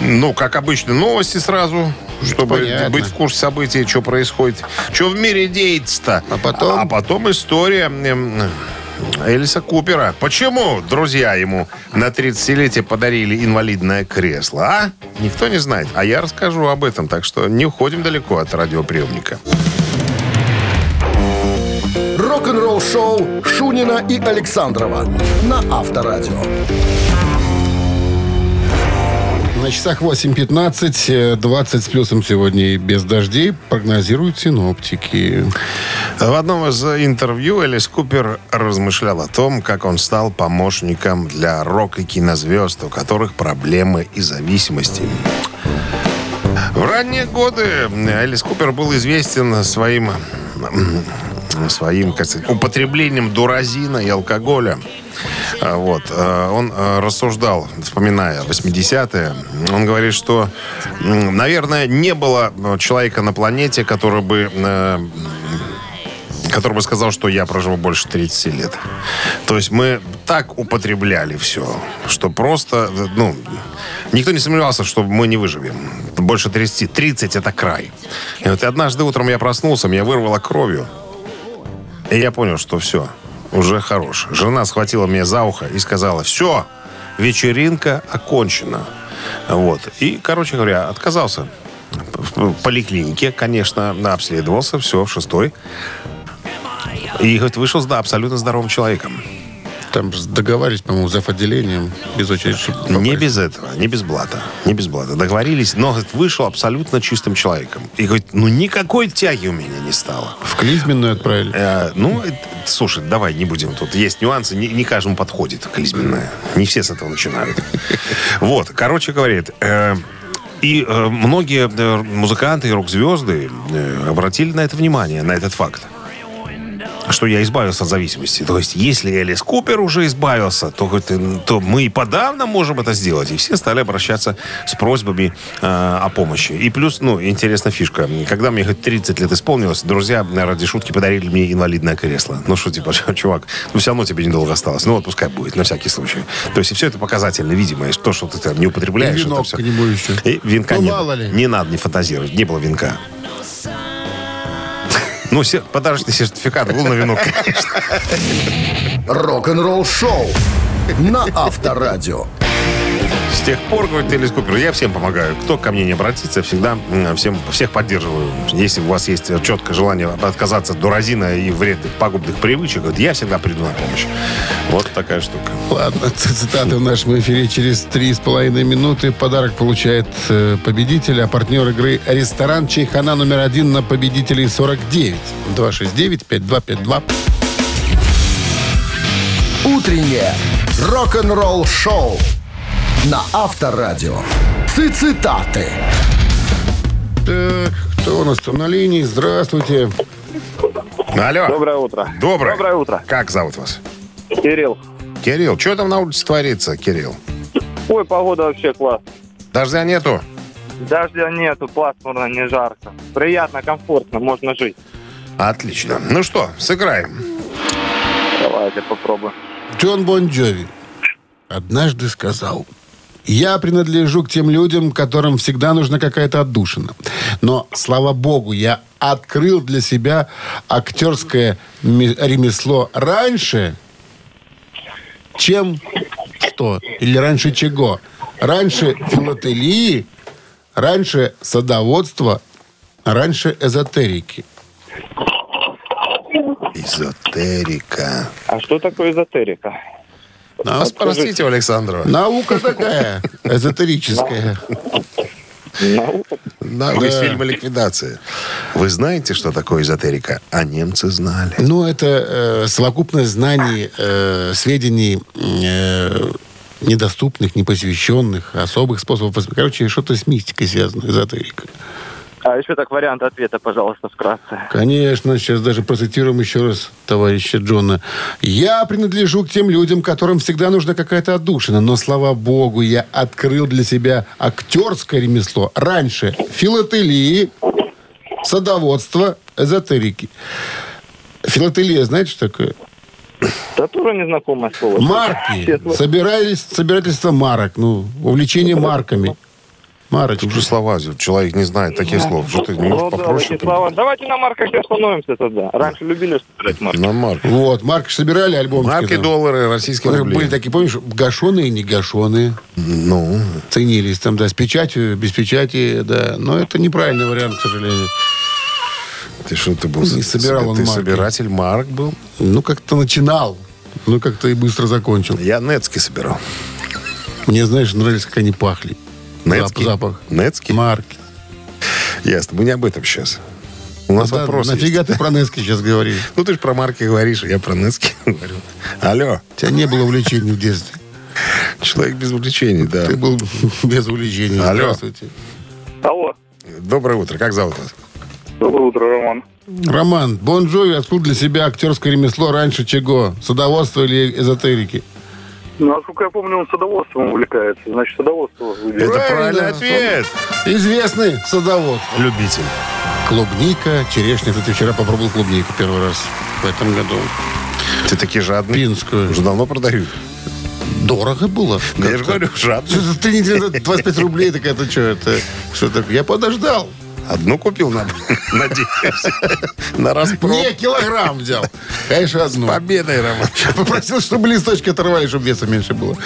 [SPEAKER 3] Ну, как обычно, новости сразу, чтобы
[SPEAKER 2] Понятно.
[SPEAKER 3] быть в курсе событий, что происходит, что в мире деется-то.
[SPEAKER 2] А потом?
[SPEAKER 3] А потом история эм, Элиса Купера. Почему друзья ему на 30-летие подарили инвалидное кресло, а? Никто не знает. А я расскажу об этом, так что не уходим далеко от радиоприемника.
[SPEAKER 1] Рок-н-ролл-шоу Шунина и Александрова на Авторадио.
[SPEAKER 2] На часах 8.15, э, 20 с плюсом сегодня и без дождей прогнозируют синоптики.
[SPEAKER 3] В одном из интервью Элис Купер размышлял о том, как он стал помощником для рок и кинозвезд, у которых проблемы и зависимости. В ранние годы Элис Купер был известен своим, м, своим как сказать, употреблением дуразина и алкоголя. А, Вот. э, Он э, рассуждал, вспоминая 80-е. Он говорит, что, м, наверное, не было э, человека на планете, который бы э, который бы сказал, что я проживу больше 30 лет. То есть мы так употребляли все, что просто, ну, никто не сомневался, что мы не выживем. Больше 30. 30 это край. И вот однажды утром я проснулся, меня вырвало кровью. И я понял, что все, уже хорош. Жена схватила меня за ухо и сказала, все, вечеринка окончена. Вот. И, короче говоря, отказался. В поликлинике, конечно, обследовался, все, в шестой. И говорит, вышел да, абсолютно здоровым человеком.
[SPEAKER 2] Там же договаривались, по-моему, зав. отделением без очереди. чтоб
[SPEAKER 3] Не
[SPEAKER 2] попасть.
[SPEAKER 3] без этого, не без блата, не без блата. Договорились, но говорит, вышел абсолютно чистым человеком. И говорит, ну никакой тяги у меня не стало.
[SPEAKER 2] В клизменную отправили.
[SPEAKER 3] Э, ну, э, слушай, давай не будем. Тут есть нюансы, не, не каждому подходит клизменная. Не все с этого начинают. Вот, короче говоря, э, и э, многие э, музыканты и рок-звезды э, обратили на это внимание, на этот факт что я избавился от зависимости. То есть, если Элис Купер уже избавился, то, хоть и- то мы и подавно можем это сделать. И все стали обращаться с просьбами э, о помощи. И плюс, ну, интересная фишка. Когда мне хоть 30 лет исполнилось, друзья э, ради шутки подарили мне инвалидное кресло. Ну, что типа, чувак, ну, все равно тебе недолго осталось. Ну, вот пускай будет, на всякий случай. То есть, все это показательно, видимо, и то, что ты там не употребляешь.
[SPEAKER 2] И
[SPEAKER 3] это
[SPEAKER 2] венок
[SPEAKER 3] всё.
[SPEAKER 2] к нему еще.
[SPEAKER 3] И венка
[SPEAKER 2] Ну,
[SPEAKER 3] не
[SPEAKER 2] мало
[SPEAKER 3] было.
[SPEAKER 2] ли.
[SPEAKER 3] Не надо не фантазировать, не было венка. Ну, се- подарочный сертификат был на венок, конечно.
[SPEAKER 1] Рок-н-ролл шоу на Авторадио.
[SPEAKER 3] С тех пор, говорит Элис Купер, я всем помогаю. Кто ко мне не обратится, я всегда м, всем, всех поддерживаю. Если у вас есть четкое желание отказаться от дуразина и вредных пагубных привычек, говорит, я всегда приду на помощь. Вот такая штука.
[SPEAKER 2] Ладно, ц- цитаты в нашем эфире через три с половиной минуты. Подарок получает э, победитель, а партнер игры «Ресторан Чайхана» номер один на победителей 49. 269-5252.
[SPEAKER 1] Утреннее рок-н-ролл шоу на Авторадио. Цитаты.
[SPEAKER 2] Так, кто у нас там на линии? Здравствуйте.
[SPEAKER 3] Алло.
[SPEAKER 4] Доброе утро.
[SPEAKER 3] Доброе.
[SPEAKER 4] Доброе утро.
[SPEAKER 3] Как зовут вас?
[SPEAKER 4] Кирилл.
[SPEAKER 3] Кирилл. Что там на улице творится, Кирилл?
[SPEAKER 4] Ой, погода вообще класс.
[SPEAKER 3] Дождя нету?
[SPEAKER 4] Дождя нету, пасмурно, не жарко. Приятно, комфортно, можно жить.
[SPEAKER 3] Отлично. Ну что, сыграем.
[SPEAKER 4] Давайте попробуем.
[SPEAKER 2] Джон Бон Джови однажды сказал, «Я принадлежу к тем людям, которым всегда нужна какая-то отдушина. Но, слава богу, я открыл для себя актерское ми- ремесло раньше, чем что? Или раньше чего? Раньше филателии, раньше садоводства, раньше эзотерики».
[SPEAKER 3] Эзотерика.
[SPEAKER 4] А что такое эзотерика?
[SPEAKER 2] Нау-
[SPEAKER 3] Спросите у Александрова.
[SPEAKER 2] Наука такая, эзотерическая.
[SPEAKER 4] Наука.
[SPEAKER 3] Наука из фильма «Ликвидация». Вы знаете, что такое эзотерика? А немцы знали.
[SPEAKER 2] Ну, это э, совокупность знаний, э, сведений э, недоступных, непосвященных, особых способов. воспри- Короче, что-то с мистикой связано, эзотерика.
[SPEAKER 4] А еще так вариант ответа, пожалуйста, вкратце.
[SPEAKER 2] Конечно, сейчас даже процитируем еще раз товарища Джона. «Я принадлежу к тем людям, которым всегда нужна какая-то отдушина, но, слава богу, я открыл для себя актерское ремесло. Раньше филателии, садоводство, эзотерики». Филателия, знаете, что такое?
[SPEAKER 4] Да тоже незнакомое слово.
[SPEAKER 2] Марки.
[SPEAKER 4] Честно.
[SPEAKER 2] Собирались, собирательство марок. Ну, увлечение марками. Марочки.
[SPEAKER 3] Тут же слова, человек не знает таких слов. Что ты не можешь
[SPEAKER 4] Ну да,
[SPEAKER 3] попроще?
[SPEAKER 4] такие слова. Давайте на марках и остановимся тогда. Раньше любили собирать марки.
[SPEAKER 3] На марки.
[SPEAKER 2] Вот, марки ж собирали альбомчики.
[SPEAKER 3] Марки,
[SPEAKER 2] там.
[SPEAKER 3] доллары, российские
[SPEAKER 2] Которые
[SPEAKER 3] рубли.
[SPEAKER 2] Были такие, помнишь, гашеные и не гашеные.
[SPEAKER 3] Ну,
[SPEAKER 2] Ценились там, да, с печатью, без печати, да. Но это неправильный вариант, к сожалению.
[SPEAKER 3] ты что, ты был...
[SPEAKER 2] Не собирал он
[SPEAKER 3] Ты
[SPEAKER 2] марки.
[SPEAKER 3] собиратель марок был?
[SPEAKER 2] Ну, как-то начинал. Ну, как-то и быстро закончил.
[SPEAKER 3] Я нецки собирал.
[SPEAKER 2] Мне, знаешь, нравились, как они пахли.
[SPEAKER 3] Нецки?
[SPEAKER 2] Зап- Запах.
[SPEAKER 3] Нецки?
[SPEAKER 2] Марки.
[SPEAKER 3] Ясно, мы не об этом сейчас. У нас
[SPEAKER 2] Да,
[SPEAKER 3] вопрос есть.
[SPEAKER 2] нафига ты про Нецки сейчас говоришь?
[SPEAKER 3] Ну, ты же про марки говоришь, а я про нецки говорю. Алло,
[SPEAKER 2] У тебя не было увлечений в детстве.
[SPEAKER 3] человек без увлечений, да.
[SPEAKER 2] Ты был без увлечений.
[SPEAKER 3] Алло.
[SPEAKER 2] Здравствуйте.
[SPEAKER 4] Алло.
[SPEAKER 3] Доброе утро, как зовут вас?
[SPEAKER 6] Доброе утро, Роман.
[SPEAKER 2] Роман, Бон Джови открыл для себя актерское ремесло раньше чего? Садоводство или эзотерики?
[SPEAKER 6] Насколько я помню, он садоводством увлекается. Значит, садоводство
[SPEAKER 3] Это
[SPEAKER 6] выберет.
[SPEAKER 3] правильный
[SPEAKER 2] Правильно.
[SPEAKER 3] ответ.
[SPEAKER 2] Известный садовод.
[SPEAKER 3] Любитель.
[SPEAKER 2] Клубника, черешня. Ты вчера попробовал клубнику первый раз в этом году.
[SPEAKER 3] Ты такие жадные.
[SPEAKER 2] Пинскую.
[SPEAKER 3] Уже давно продаю.
[SPEAKER 2] Дорого было.
[SPEAKER 3] Да я же говорю, жадный.
[SPEAKER 2] Что-то Три недели назад 25 рублей, так это что, это что такое? Я подождал.
[SPEAKER 3] Одну купил, на- надеюсь. На распром.
[SPEAKER 2] Не, килограмм взял. Конечно, одну.
[SPEAKER 3] Победой, Роман.
[SPEAKER 2] Попросил, чтобы листочки оторвали, чтобы веса меньше было.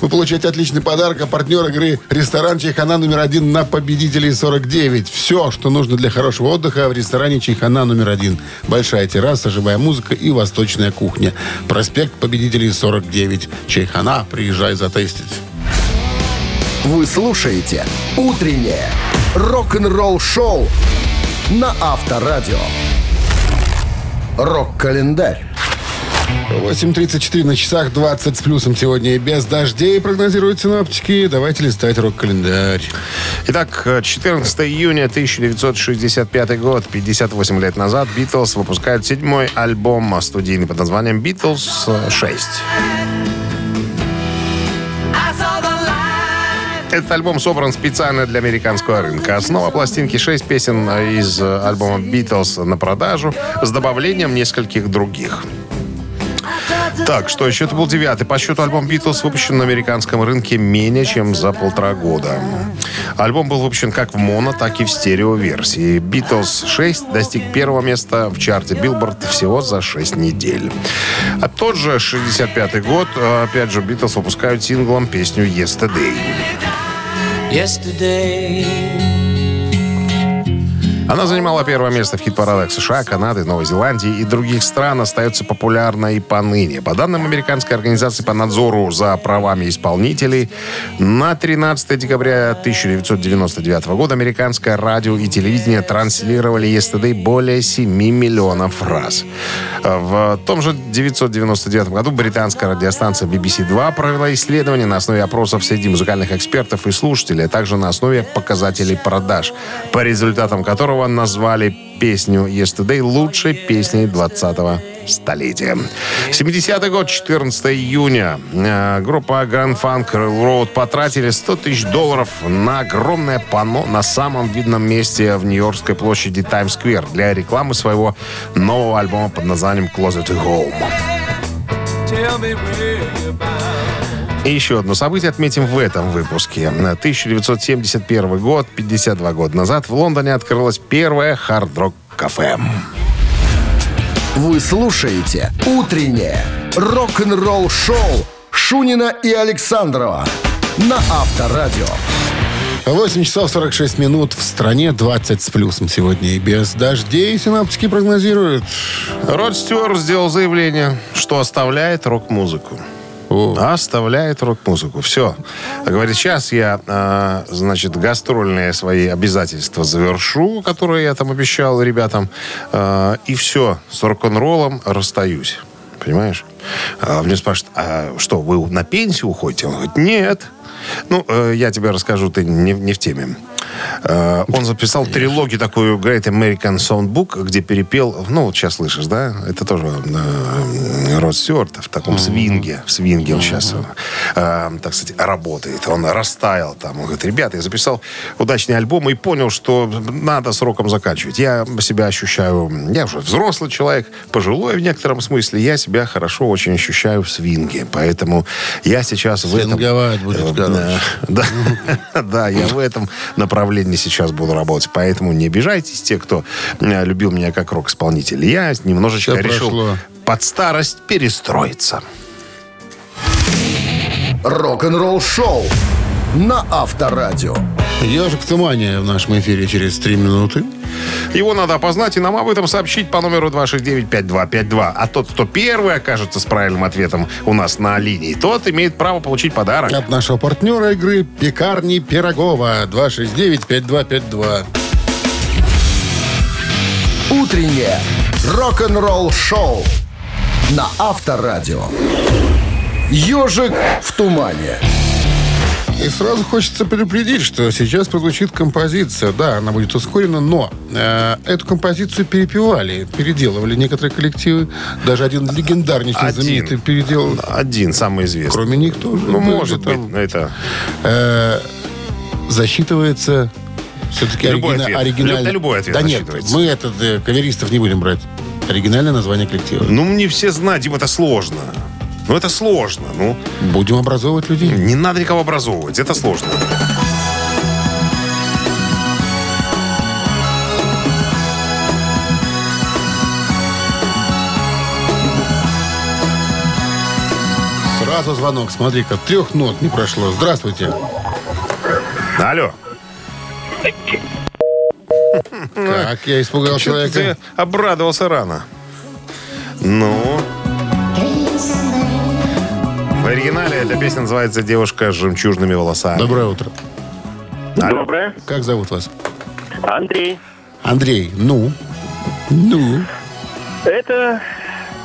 [SPEAKER 2] Вы получаете отличный подарок, а партнер игры «Ресторан Чайхана номер один» на «Победителей 49». Все, что нужно для хорошего отдыха в ресторане «Чайхана номер один». Большая терраса, живая музыка и восточная кухня. Проспект «Победителей 49». «Чайхана», приезжай затестить.
[SPEAKER 1] Вы слушаете «Утреннее рок-н-ролл-шоу» на Авторадио. Рок-календарь.
[SPEAKER 2] 8.34 на часах, 20 с плюсом сегодня и без дождей, прогнозируют синоптики. Давайте листать рок-календарь.
[SPEAKER 3] Итак, 14 июня 1965 год, 58 лет назад, Битлз выпускают седьмой альбом а студийный под названием «Битлз 6». Этот альбом собран специально для американского рынка. Основа пластинки 6 песен из э, альбома «Битлз» на продажу с добавлением нескольких других. Так, что еще? Это был девятый по счету альбом «Битлз», выпущен на американском рынке менее чем за полтора года. Альбом был выпущен как в моно, так и в стерео-версии. «Битлз 6» достиг первого места в чарте «Билборд» всего за 6 недель. А тот же 65-й год, э, опять же, «Битлз» выпускают синглом песню «Yesterday». Она занимала первое место в хит-парадах США, Канады, Новой Зеландии и других стран, остается популярной и поныне. По данным Американской организации по надзору за правами исполнителей, на 13 декабря 1999 года американское радио и телевидение транслировали «Yesterday» более 7 миллионов раз. В том же 1999 году британская радиостанция BBC2 провела исследование на основе опросов среди музыкальных экспертов и слушателей, а также на основе показателей продаж, по результатам которого назвали песню «Yesterday» лучшей песней 20-го столетия. 70-й год, 14 июня. Э, Группа Grand Funk Railroad потратили 100 тысяч долларов на огромное панно на самом видном месте в Нью-Йоркской площади Таймс-сквер для рекламы своего нового альбома под названием «Closet to Home». И еще одно событие отметим в этом выпуске. На 1971 год, 52 года назад, в Лондоне открылось первое хард-рок-кафе.
[SPEAKER 1] Вы слушаете «Утреннее рок-н-ролл-шоу» Шунина и Александрова на Авторадио.
[SPEAKER 2] 8 часов 46 минут в стране, 20 с плюсом сегодня и без дождей. Синаптики прогнозируют.
[SPEAKER 3] Род Стюарт сделал заявление, что оставляет рок-музыку.
[SPEAKER 2] О.
[SPEAKER 3] Оставляет рок-музыку. Все. Говорит, сейчас я, а, значит, гастрольные свои обязательства завершу, которые я там обещал ребятам, а, и все, с рок-н-роллом расстаюсь. Понимаешь? А мне спрашивают, а что, вы на пенсию уходите? Он говорит, нет. Ну, э, я тебе расскажу, ты не, не в теме. Э, он записал трилогию такую Great American Soundbook, где перепел, ну, вот сейчас слышишь, да? Это тоже э, Род Стюарт в таком свинге. В свинге он сейчас, так сказать, работает. Он растаял там. Он говорит, ребята, я записал удачный альбом и понял, что надо сроком заканчивать. Я себя ощущаю, я уже взрослый человек, пожилой в некотором смысле, я себя хорошо очень ощущаю в свинге. Поэтому я сейчас в этом...
[SPEAKER 2] Свинговать будет,
[SPEAKER 3] Э,
[SPEAKER 2] короче.
[SPEAKER 3] да, да, я в этом направлении сейчас буду работать. Поэтому не обижайтесь, те, кто э, любил меня как рок-исполнитель. Я немножечко
[SPEAKER 2] Всё
[SPEAKER 3] решил
[SPEAKER 2] прошло.
[SPEAKER 3] под старость перестроиться.
[SPEAKER 1] Рок-н-ролл-шоу на Авторадио.
[SPEAKER 2] Ежик в тумане в нашем эфире через 3 минуты.
[SPEAKER 3] Его надо опознать и нам об этом сообщить по номеру 269-5252. А тот, кто первый окажется с правильным ответом у нас на линии, тот имеет право получить подарок.
[SPEAKER 2] От нашего партнера игры «Пекарни Пирогова» 269-5252.
[SPEAKER 1] Утреннее рок-н-ролл-шоу на Авторадио. «Ежик в тумане».
[SPEAKER 2] И сразу хочется предупредить, что сейчас прозвучит композиция. Да, она будет ускорена, но э, эту композицию перепевали, переделывали некоторые коллективы. Даже один легендарнейший
[SPEAKER 3] Один.
[SPEAKER 2] знаменитый переделал.
[SPEAKER 3] Один, самый известный.
[SPEAKER 2] Кроме них тоже.
[SPEAKER 3] Ну,
[SPEAKER 2] были
[SPEAKER 3] может
[SPEAKER 2] там.
[SPEAKER 3] быть, но это
[SPEAKER 2] Э, засчитывается все-таки
[SPEAKER 3] Любой
[SPEAKER 2] оригина-
[SPEAKER 3] ответ.
[SPEAKER 2] оригинальный.
[SPEAKER 3] Да, любой ответ
[SPEAKER 2] Да нет,
[SPEAKER 3] засчитывается.
[SPEAKER 2] мы этот э, каверистов не будем брать. Оригинальное название коллектива.
[SPEAKER 3] Ну, не все знают, Дим, это сложно. Ну, это сложно. Ну,
[SPEAKER 2] Будем образовывать людей.
[SPEAKER 3] не надо никого образовывать. Это сложно.
[SPEAKER 2] Сразу звонок, смотри-ка, трех нот не прошло. Здравствуйте.
[SPEAKER 3] Алло.
[SPEAKER 2] Как я испугал
[SPEAKER 3] Чё
[SPEAKER 2] человека.
[SPEAKER 3] ты обрадовался рано. Ну. В оригинале эта песня называется «Девушка с жемчужными волосами».
[SPEAKER 2] Доброе утро.
[SPEAKER 8] Доброе.
[SPEAKER 2] Как зовут вас?
[SPEAKER 8] Андрей.
[SPEAKER 2] Андрей, ну? Ну?
[SPEAKER 8] Это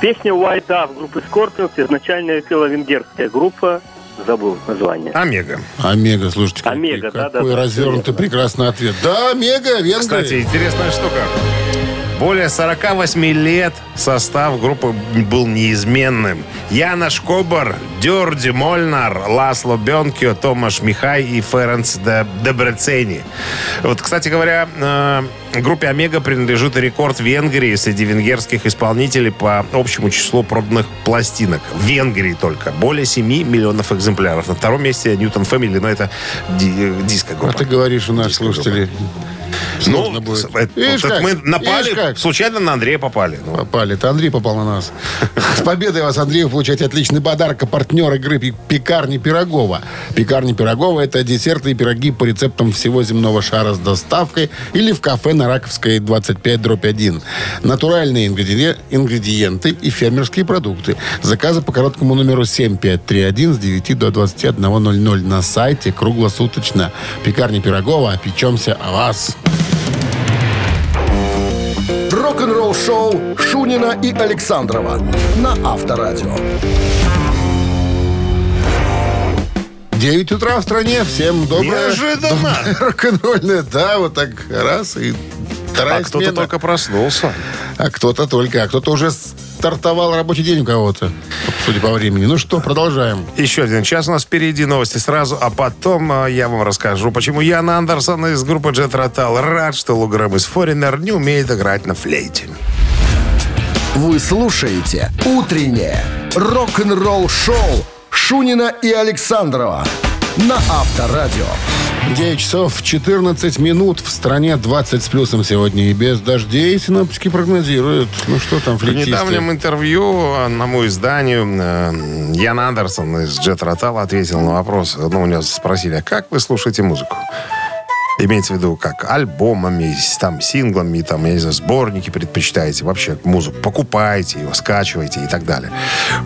[SPEAKER 8] песня White Dove группы Scorpions. Изначально пела венгерская группа. Забыл название.
[SPEAKER 3] Омега.
[SPEAKER 2] Омега, слушайте. какой-
[SPEAKER 8] Омега, да,
[SPEAKER 2] Какой
[SPEAKER 8] да, да,
[SPEAKER 2] развернутый прекрасный ответ. Да, Омега, Венгрия.
[SPEAKER 3] Кстати, интересная штука. Более 48 лет состав группы был неизменным. Яна Шкобар, Дёрди Мольнар, Ласло Бенкио, Томаш Михай и Ференс де Дебрецени. Вот, кстати говоря, э, группе «Омега» принадлежит рекорд Венгрии среди венгерских исполнителей по общему числу проданных пластинок. В Венгрии только. Более 7 миллионов экземпляров. На втором месте «Ньютон Фэмили», но это ди- э, диско-группа.
[SPEAKER 2] А ты говоришь у нас,
[SPEAKER 3] Диско-группа.
[SPEAKER 2] слушатели,
[SPEAKER 3] Ну,
[SPEAKER 2] Сложно будет.
[SPEAKER 3] с- это-
[SPEAKER 2] Видишь
[SPEAKER 3] вот это
[SPEAKER 2] как?
[SPEAKER 3] мы
[SPEAKER 2] Видишь
[SPEAKER 3] напали,
[SPEAKER 2] как?
[SPEAKER 3] случайно на Андрея попали. Ну,
[SPEAKER 2] попали. Это Андрей попал на нас. С победой вас, Андрей, вы получаете отличный подарок. А партнер игры пи- «Пекарни Пирогова». «Пекарни Пирогова» — это десерты и пироги по рецептам всего земного шара с доставкой или в кафе на Раковской 25 дробь 1. Натуральные ингредиен- ингредиенты и фермерские продукты. Заказы по короткому номеру 7531 с 9 до 21.00 на сайте круглосуточно. «Пекарни Пирогова». Печемся о вас.
[SPEAKER 1] Рок-н-ролл-шоу Шунина и Александрова на Авторадио.
[SPEAKER 2] 9 утра в стране. Всем доброе.
[SPEAKER 3] Неожиданно.
[SPEAKER 2] доброе Рок-н-ролльное. Да, вот так раз и вторая
[SPEAKER 3] а кто-то
[SPEAKER 2] смена.
[SPEAKER 3] только проснулся.
[SPEAKER 2] А кто-то только. А кто-то уже стартовал рабочий день у кого-то, судя по времени. Ну что, продолжаем.
[SPEAKER 3] Еще один час у нас впереди новости сразу, а потом а, я вам расскажу, почему Ян Андерсон из группы Jet Rotal рад, что Луграм из Форинер не умеет играть на флейте.
[SPEAKER 1] Вы слушаете «Утреннее рок-н-ролл-шоу» Шунина и Александрова на Авторадио.
[SPEAKER 2] 9 часов 14 минут. В стране 20 с плюсом сегодня. И без дождей синоптики прогнозируют. Ну что там,
[SPEAKER 3] В
[SPEAKER 2] флетисты?
[SPEAKER 3] недавнем интервью одному изданию э, Ян Андерсон из Jet Rotal ответил на вопрос. Ну, у него спросили, а как вы слушаете музыку? Имеется в виду, как альбомами, с- там, синглами, там, я не знаю, сборники предпочитаете, вообще музыку покупаете, его скачиваете и так далее.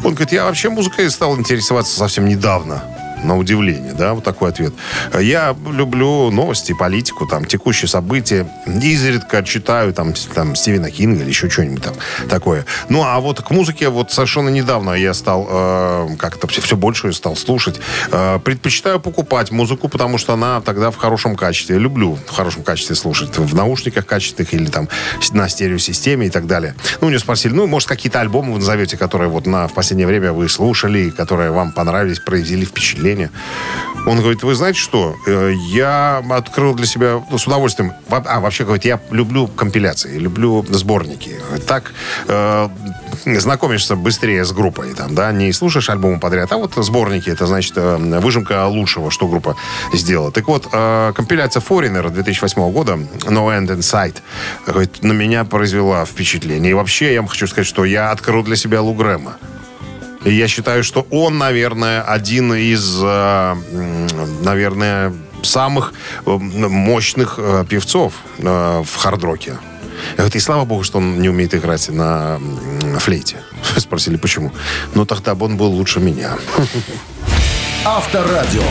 [SPEAKER 3] Он говорит, я вообще музыкой стал интересоваться совсем недавно. На удивление, да, вот такой ответ. Я люблю новости, политику, там, текущие события. Изредка читаю там, с- там Стивена Кинга или еще что-нибудь там такое. Ну, а вот к музыке вот совершенно недавно я стал э, как-то все больше ее стал слушать. Э, предпочитаю покупать музыку, потому что она тогда в хорошем качестве. Люблю в хорошем качестве слушать. В наушниках качественных или там с- на стереосистеме и так далее. Ну, у нее спросили, ну, может, какие-то альбомы вы назовете, которые вот на, в последнее время вы слушали, и которые вам понравились, произвели впечатление. Он говорит, вы знаете что, Э, я открыл для себя ну, с удовольствием, во- а вообще, говорит, я люблю компиляции, люблю сборники. Так э, знакомишься быстрее с группой, там, да, не слушаешь альбомы подряд, а вот сборники, это значит э, выжимка лучшего, что группа сделала. Так вот, э, компиляция Foreigner 2008 года, No End in Sight, говорит, на меня произвела впечатление. И вообще, я вам хочу сказать, что я открыл для себя Лу Грэма. И я считаю, что он, наверное, один из, э, м, наверное, самых э, м, мощных э, певцов э, в хардроке. Я говорю, и слава богу, что он не умеет играть на м, флейте. Спросили, почему. Ну, тогда бы он был лучше меня.
[SPEAKER 1] Авторадио.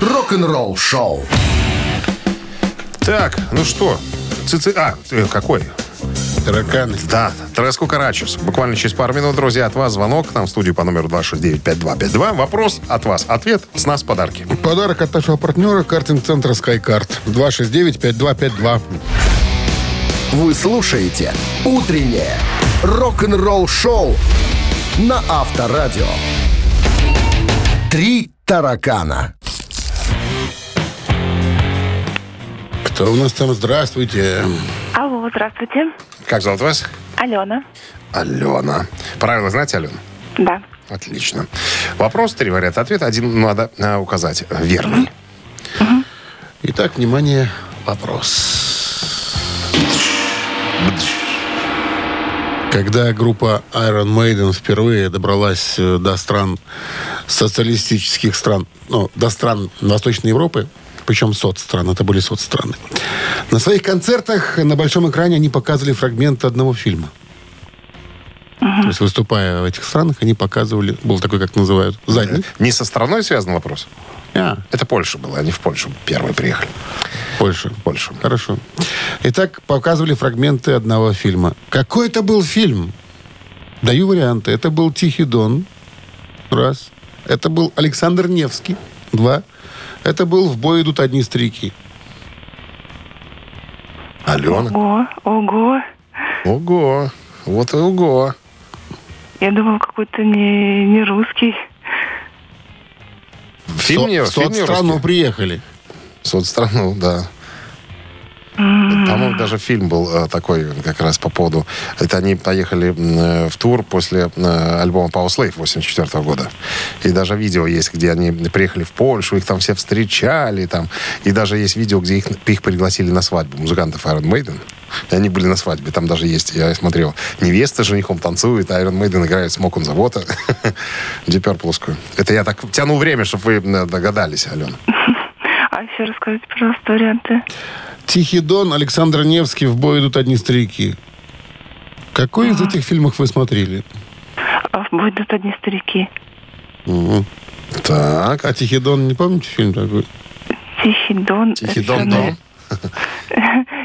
[SPEAKER 1] Рок-н-ролл-шоу.
[SPEAKER 3] Так, ну что? Цици... А, э, какой?
[SPEAKER 2] тараканы.
[SPEAKER 3] Да, Треску Карачус. Буквально через пару минут, друзья, от вас звонок к нам в студию по номеру 269-5252. Вопрос от вас. Ответ с нас подарки.
[SPEAKER 2] Подарок от нашего партнера картинг-центра SkyCard. 269-5252.
[SPEAKER 1] Вы слушаете «Утреннее рок-н-ролл-шоу» на Авторадио. «Три таракана».
[SPEAKER 2] Кто у нас там? Здравствуйте.
[SPEAKER 9] Алло, здравствуйте.
[SPEAKER 3] Как зовут вас?
[SPEAKER 9] Алена.
[SPEAKER 3] Алена. Правила знаете, Алена?
[SPEAKER 9] Да.
[SPEAKER 3] Отлично. Вопрос, три варианта ответа. Один надо а, указать. Верный.
[SPEAKER 2] Итак, внимание, вопрос. Когда группа Iron Maiden впервые добралась э, до стран социалистических стран, ну, до стран Восточной Европы, причем соцстран, это были соцстраны, на своих концертах на большом экране они показывали фрагмент одного фильма. То есть, выступая в этих странах, они показывали, был такой, как называют, задник.
[SPEAKER 3] Не со страной связан вопрос?
[SPEAKER 2] А,
[SPEAKER 3] Это Польша была. Они в Польшу первые приехали.
[SPEAKER 2] Польша.
[SPEAKER 3] Польша.
[SPEAKER 2] Хорошо. Итак, показывали фрагменты одного фильма. Какой это был фильм? Даю варианты. Это был «Тихий дон». Раз. Это был «Александр Невский». Два. Это был «В бой идут одни старики».
[SPEAKER 3] Алена.
[SPEAKER 9] Ого, ого.
[SPEAKER 3] Ого. Вот и ого.
[SPEAKER 9] Я думала, какой-то не, не русский.
[SPEAKER 3] Фильм не,
[SPEAKER 2] в
[SPEAKER 3] фильм не
[SPEAKER 2] страну
[SPEAKER 3] русский.
[SPEAKER 2] приехали.
[SPEAKER 3] Соцстрану, да. По-моему, даже фильм был э, такой как раз по поводу... Это они поехали м, э, в тур после э, альбома Power Slave 84 года. И даже видео есть, где они приехали в Польшу, их там все встречали. Там. И даже есть видео, где их, их пригласили на свадьбу музыкантов Iron Maiden. И они были на свадьбе. Там даже есть, я смотрел, невеста с женихом танцует, а Iron Maiden играет Smoke on the Water. Deep Purple-скую. Это я так тяну время, чтобы вы м, догадались, Алена.
[SPEAKER 9] А еще расскажите, пожалуйста, варианты.
[SPEAKER 2] «Тихий дон», «Александр Невский», «В бой идут одни старики». Какой из этих фильмов вы смотрели?
[SPEAKER 9] А, Будут одни старики.
[SPEAKER 3] Так.
[SPEAKER 2] А «Тихий дон» не помните фильм такой?
[SPEAKER 9] Тихий Дон.
[SPEAKER 3] Тихий
[SPEAKER 9] это,
[SPEAKER 3] Дон, Дон.
[SPEAKER 9] наверное,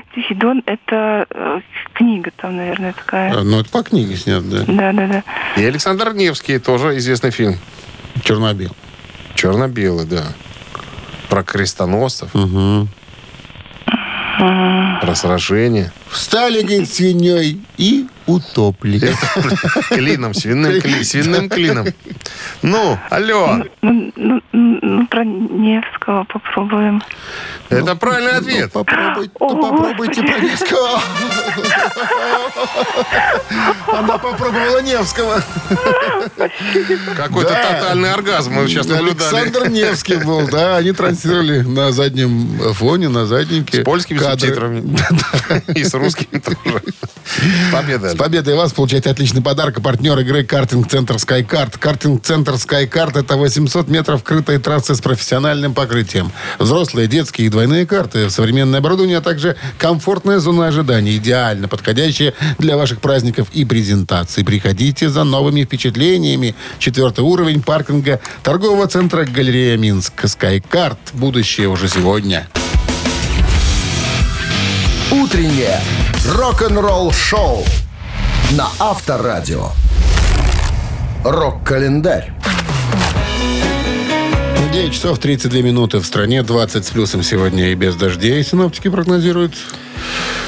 [SPEAKER 9] Тихий Дон это э, книга там, наверное, такая.
[SPEAKER 2] А, Ну, это по книге снят, да.
[SPEAKER 9] Да, да, да.
[SPEAKER 3] И Александр Невский тоже известный фильм.
[SPEAKER 2] Чернобил.
[SPEAKER 3] Черно-белый, да. Про крестоносцев,
[SPEAKER 2] Угу.
[SPEAKER 3] про сражение.
[SPEAKER 2] Встали, говорит, свиньей и утопли.
[SPEAKER 3] Клином, свиным, кли- свиным клином. Ну, алло,
[SPEAKER 9] Ну, ну, ну, ну, про Невского попробуем.
[SPEAKER 3] это правильный ответ.
[SPEAKER 2] Попробуйте,
[SPEAKER 9] О,
[SPEAKER 2] Ну, попробуйте про Невского. Она попробовала Невского.
[SPEAKER 3] Какой-то
[SPEAKER 2] Да.
[SPEAKER 3] тотальный оргазм мы сейчас наблюдали.
[SPEAKER 2] Александр Невский был, да. Они транслировали на заднем фоне, на заднике.
[SPEAKER 3] С польскими
[SPEAKER 2] кадры.
[SPEAKER 3] субтитрами. И с русским тоже. Победа.
[SPEAKER 2] С победой вас получаете отличный подарок. А Партнер игры «Картинг-центр Скайкарт». «Картинг-центр Скайкарт» — это 800 метров крытой трассы с профессиональным покрытием. Взрослые, детские и двойные карты, современное оборудование, а также комфортная зона ожидания, идеально подходящая для ваших праздников и презентаций. Приходите за новыми впечатлениями. Четвертый уровень паркинга торгового центра «Галерея Минск». «Скайкарт». Будущее уже сегодня.
[SPEAKER 1] «Утреннее рок-н-ролл-шоу» на Авторадио. Рок-календарь.
[SPEAKER 2] 9 часов 32 минуты в стране, 20 с плюсом сегодня и без дождей, синоптики прогнозируют.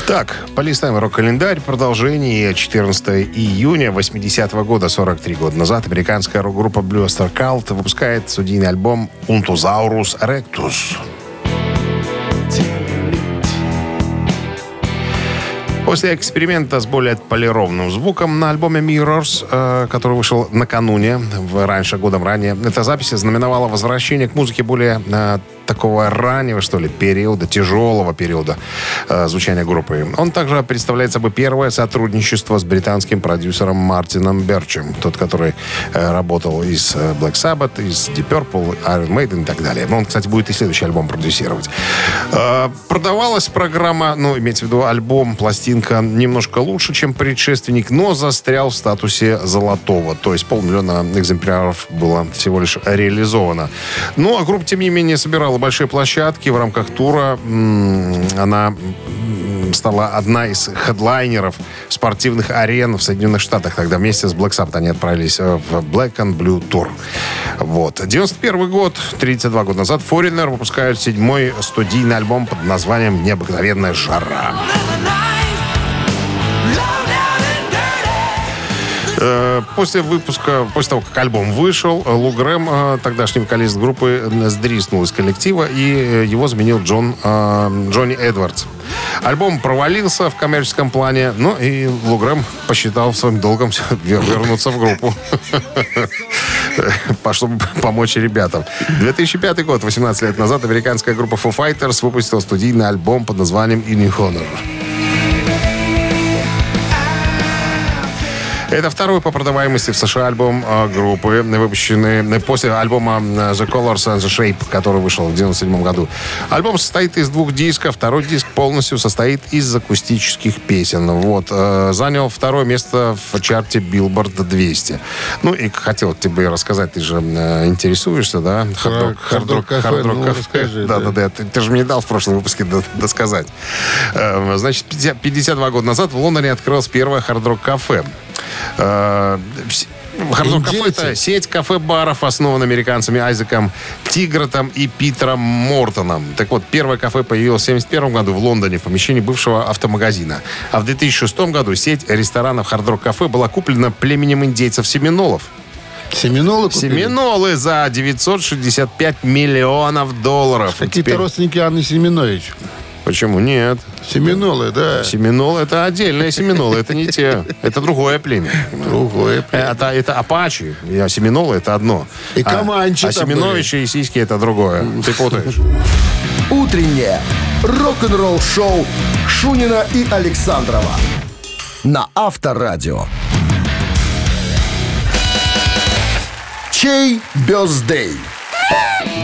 [SPEAKER 3] Так, полистаем рок-календарь. Продолжение 14 июня 80-го года, 43 года назад, американская рок-группа Bluester Cult выпускает студийный альбом «Унтузаурус Rectus». После эксперимента с более полированным звуком на альбоме Mirrors, э, который вышел накануне, в, раньше, годом ранее, эта запись знаменовала возвращение к музыке более э, такого раннего, что ли, периода, тяжелого периода э, звучания группы. Он также представляет собой первое сотрудничество с британским продюсером Мартином Берчем, тот, который э, работал из э, Black Sabbath, из Deep Purple, Iron Maiden и так далее. Ну, он, кстати, будет и следующий альбом продюсировать. Э, Продавалась программа, ну, имеется в виду альбом, пластинка, немножко лучше, чем предшественник, но застрял в статусе золотого. То есть полмиллиона экземпляров было всего лишь реализовано. Ну, а группа, тем не менее, собирала большие площадки в рамках тура. М, Она м, М, стала одна из хедлайнеров спортивных арен в Соединенных Штатах. Тогда вместе с Black Sabbath они отправились э, в Black and Blue Tour. Вот. 91 год, 32 года назад, Foreigner выпускают седьмой студийный альбом под названием «Необыкновенная жара». Э, После выпуска, после того, как альбом вышел, э, Лу Грэм, э, тогдашний вокалист группы, э, сдриснул из коллектива, и э, его заменил Джон, э, Джонни Эдвардс. Альбом провалился в коммерческом плане, но и Лу Грэм посчитал своим долгом вер- вернуться в группу. По- чтобы помочь ребятам. 2005 год, 18 лет назад, американская группа Foo Fighters выпустила студийный альбом под названием In Your Honor. Это второй по продаваемости в США альбом э, группы, выпущенный после альбома э, The Colors and the Shape, который вышел в 1997 году. Альбом состоит из двух дисков. Второй диск полностью состоит из акустических песен. Вот. э, Занял второе место в чарте Billboard 200. Ну и хотел тебе рассказать, ты же э, интересуешься, да? Хардрок,
[SPEAKER 2] Хардрок кафе, ну, расскажи,
[SPEAKER 3] Да,
[SPEAKER 2] да.
[SPEAKER 3] да, да. Ты, ты же мне не дал в прошлом выпуске до- досказать. Эм, Значит, 50 52 года назад в Лондоне открылось первое хардрок кафе. Э, ну, Хардрок кафе это
[SPEAKER 2] Индейцы?
[SPEAKER 3] сеть кафе-баров, основана американцами Айзеком Тигротом и Питером Мортоном. Так вот, первое кафе появилось в 1971 году в Лондоне в помещении бывшего автомагазина. А в 2006 году сеть ресторанов Хардрок Кафе была куплена племенем индейцев Семинолов.
[SPEAKER 2] Семенолы купили?
[SPEAKER 3] Семинолы за 965 миллионов долларов. И
[SPEAKER 2] Какие-то
[SPEAKER 3] теперь-
[SPEAKER 2] А родственники Анны Семенович.
[SPEAKER 3] Почему? Нет.
[SPEAKER 2] Семенолы, да.
[SPEAKER 3] Семинол это отдельные семинолы, это не те. Это другое племя.
[SPEAKER 2] Другое.
[SPEAKER 3] Э, Это, это Апачи, а Семинолы это одно.
[SPEAKER 2] И
[SPEAKER 3] А-
[SPEAKER 2] Каманчи
[SPEAKER 3] А,
[SPEAKER 2] там
[SPEAKER 3] Семеновичи и Сиськи это другое. Ты путаешь.
[SPEAKER 1] Утреннее рок-н-ролл-шоу Шунина и Александрова на Авторадио. Чей бездей?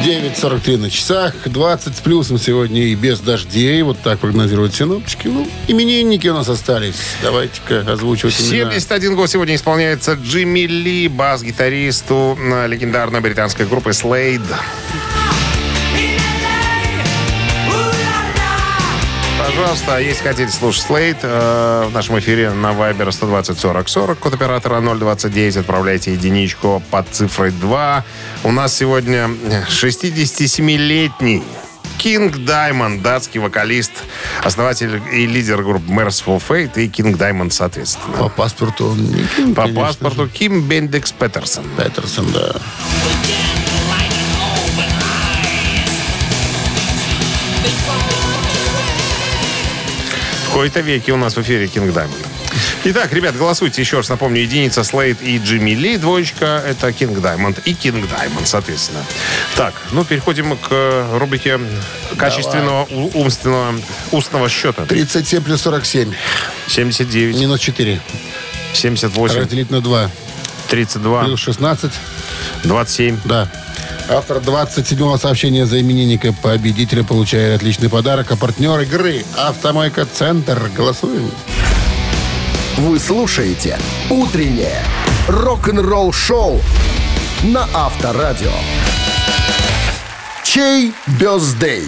[SPEAKER 2] 9.43 на часах, 20 с плюсом сегодня и без дождей. Вот так прогнозируют синоптики. Ну, именинники у нас остались. Давайте-ка озвучивать имена.
[SPEAKER 3] 71 год сегодня исполняется Джимми Ли, бас-гитаристу э, легендарной британской группы Slade. Пожалуйста, если хотите слушать Слейд, э, в нашем эфире на Viber 120 40 40, код оператора 029, отправляйте единичку под цифрой 2. У нас сегодня 67-летний Кинг Даймонд, датский вокалист, основатель и лидер групп Merciful Fate и Кинг Даймонд, соответственно.
[SPEAKER 2] По паспорту он не Ким,
[SPEAKER 3] По
[SPEAKER 2] конечно.
[SPEAKER 3] паспорту Ким Бендекс Петерсон.
[SPEAKER 2] Петерсон, да.
[SPEAKER 3] В кои-то веке у нас в эфире Кинг Даймонд. Итак, ребят, голосуйте. Еще раз напомню, единица Слейд и Джимми Ли. Двоечка — это Кинг Даймонд и Кинг Даймонд, соответственно. Так, ну переходим к э, рубрике качественного у- умственного устного счета.
[SPEAKER 2] 37 плюс 47.
[SPEAKER 3] 79,
[SPEAKER 2] Минус 4.
[SPEAKER 3] 78,
[SPEAKER 2] Разделить на 2.
[SPEAKER 3] 32,
[SPEAKER 2] Плюс 16.
[SPEAKER 3] 27.
[SPEAKER 2] Да. Автор 27-го сообщения за именинника победителя получает отличный подарок. А партнер игры «Автомойка Центр». Голосуем.
[SPEAKER 1] Вы слушаете «Утреннее рок-н-ролл-шоу» на Авторадио. Чей бездей?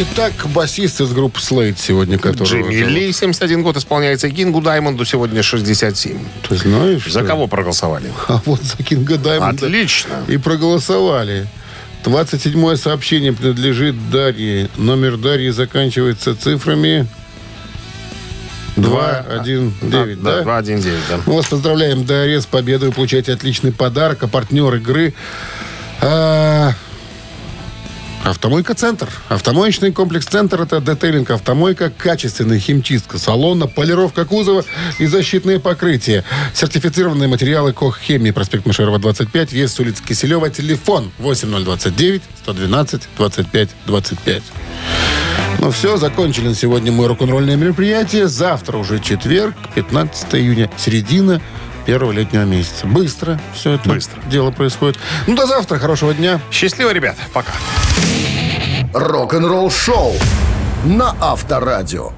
[SPEAKER 2] Итак, басист из группы Слейд сегодня, который...
[SPEAKER 3] Джимми Ли, 71 год, исполняется. И Кингу Даймонду сегодня Хм, 67.
[SPEAKER 2] Ты знаешь?
[SPEAKER 3] За
[SPEAKER 2] что?
[SPEAKER 3] кого проголосовали?
[SPEAKER 2] А вот за Кинга Даймонда.
[SPEAKER 3] Отлично.
[SPEAKER 2] И проголосовали. 27-е сообщение принадлежит Дарье. Номер Дарьи заканчивается цифрами 219, да?
[SPEAKER 3] 2-1-9, да.
[SPEAKER 2] Мы вас поздравляем, Дарья, с победой. Вы получаете отличный подарок. А партнер игры... а, Автомойка «Центр». Автомоечный комплекс «Центр» — это детейлинг автомойка, качественная химчистка салона, полировка кузова и защитные покрытия. Сертифицированные материалы «Коххемии», проспект Машерова, 25, въезд с улицы Киселева, телефон 8029-112-25-25. Ну все, закончили на сегодня мы рок-н-ролльное мероприятие. Завтра уже четверг, 15 июня, середина первого летнего месяца. Быстро все это
[SPEAKER 3] Быстро.
[SPEAKER 2] дело происходит. Ну до завтра, хорошего дня.
[SPEAKER 3] Счастливо, ребят. Пока.
[SPEAKER 1] Рок-н-ролл-шоу на Авторадио.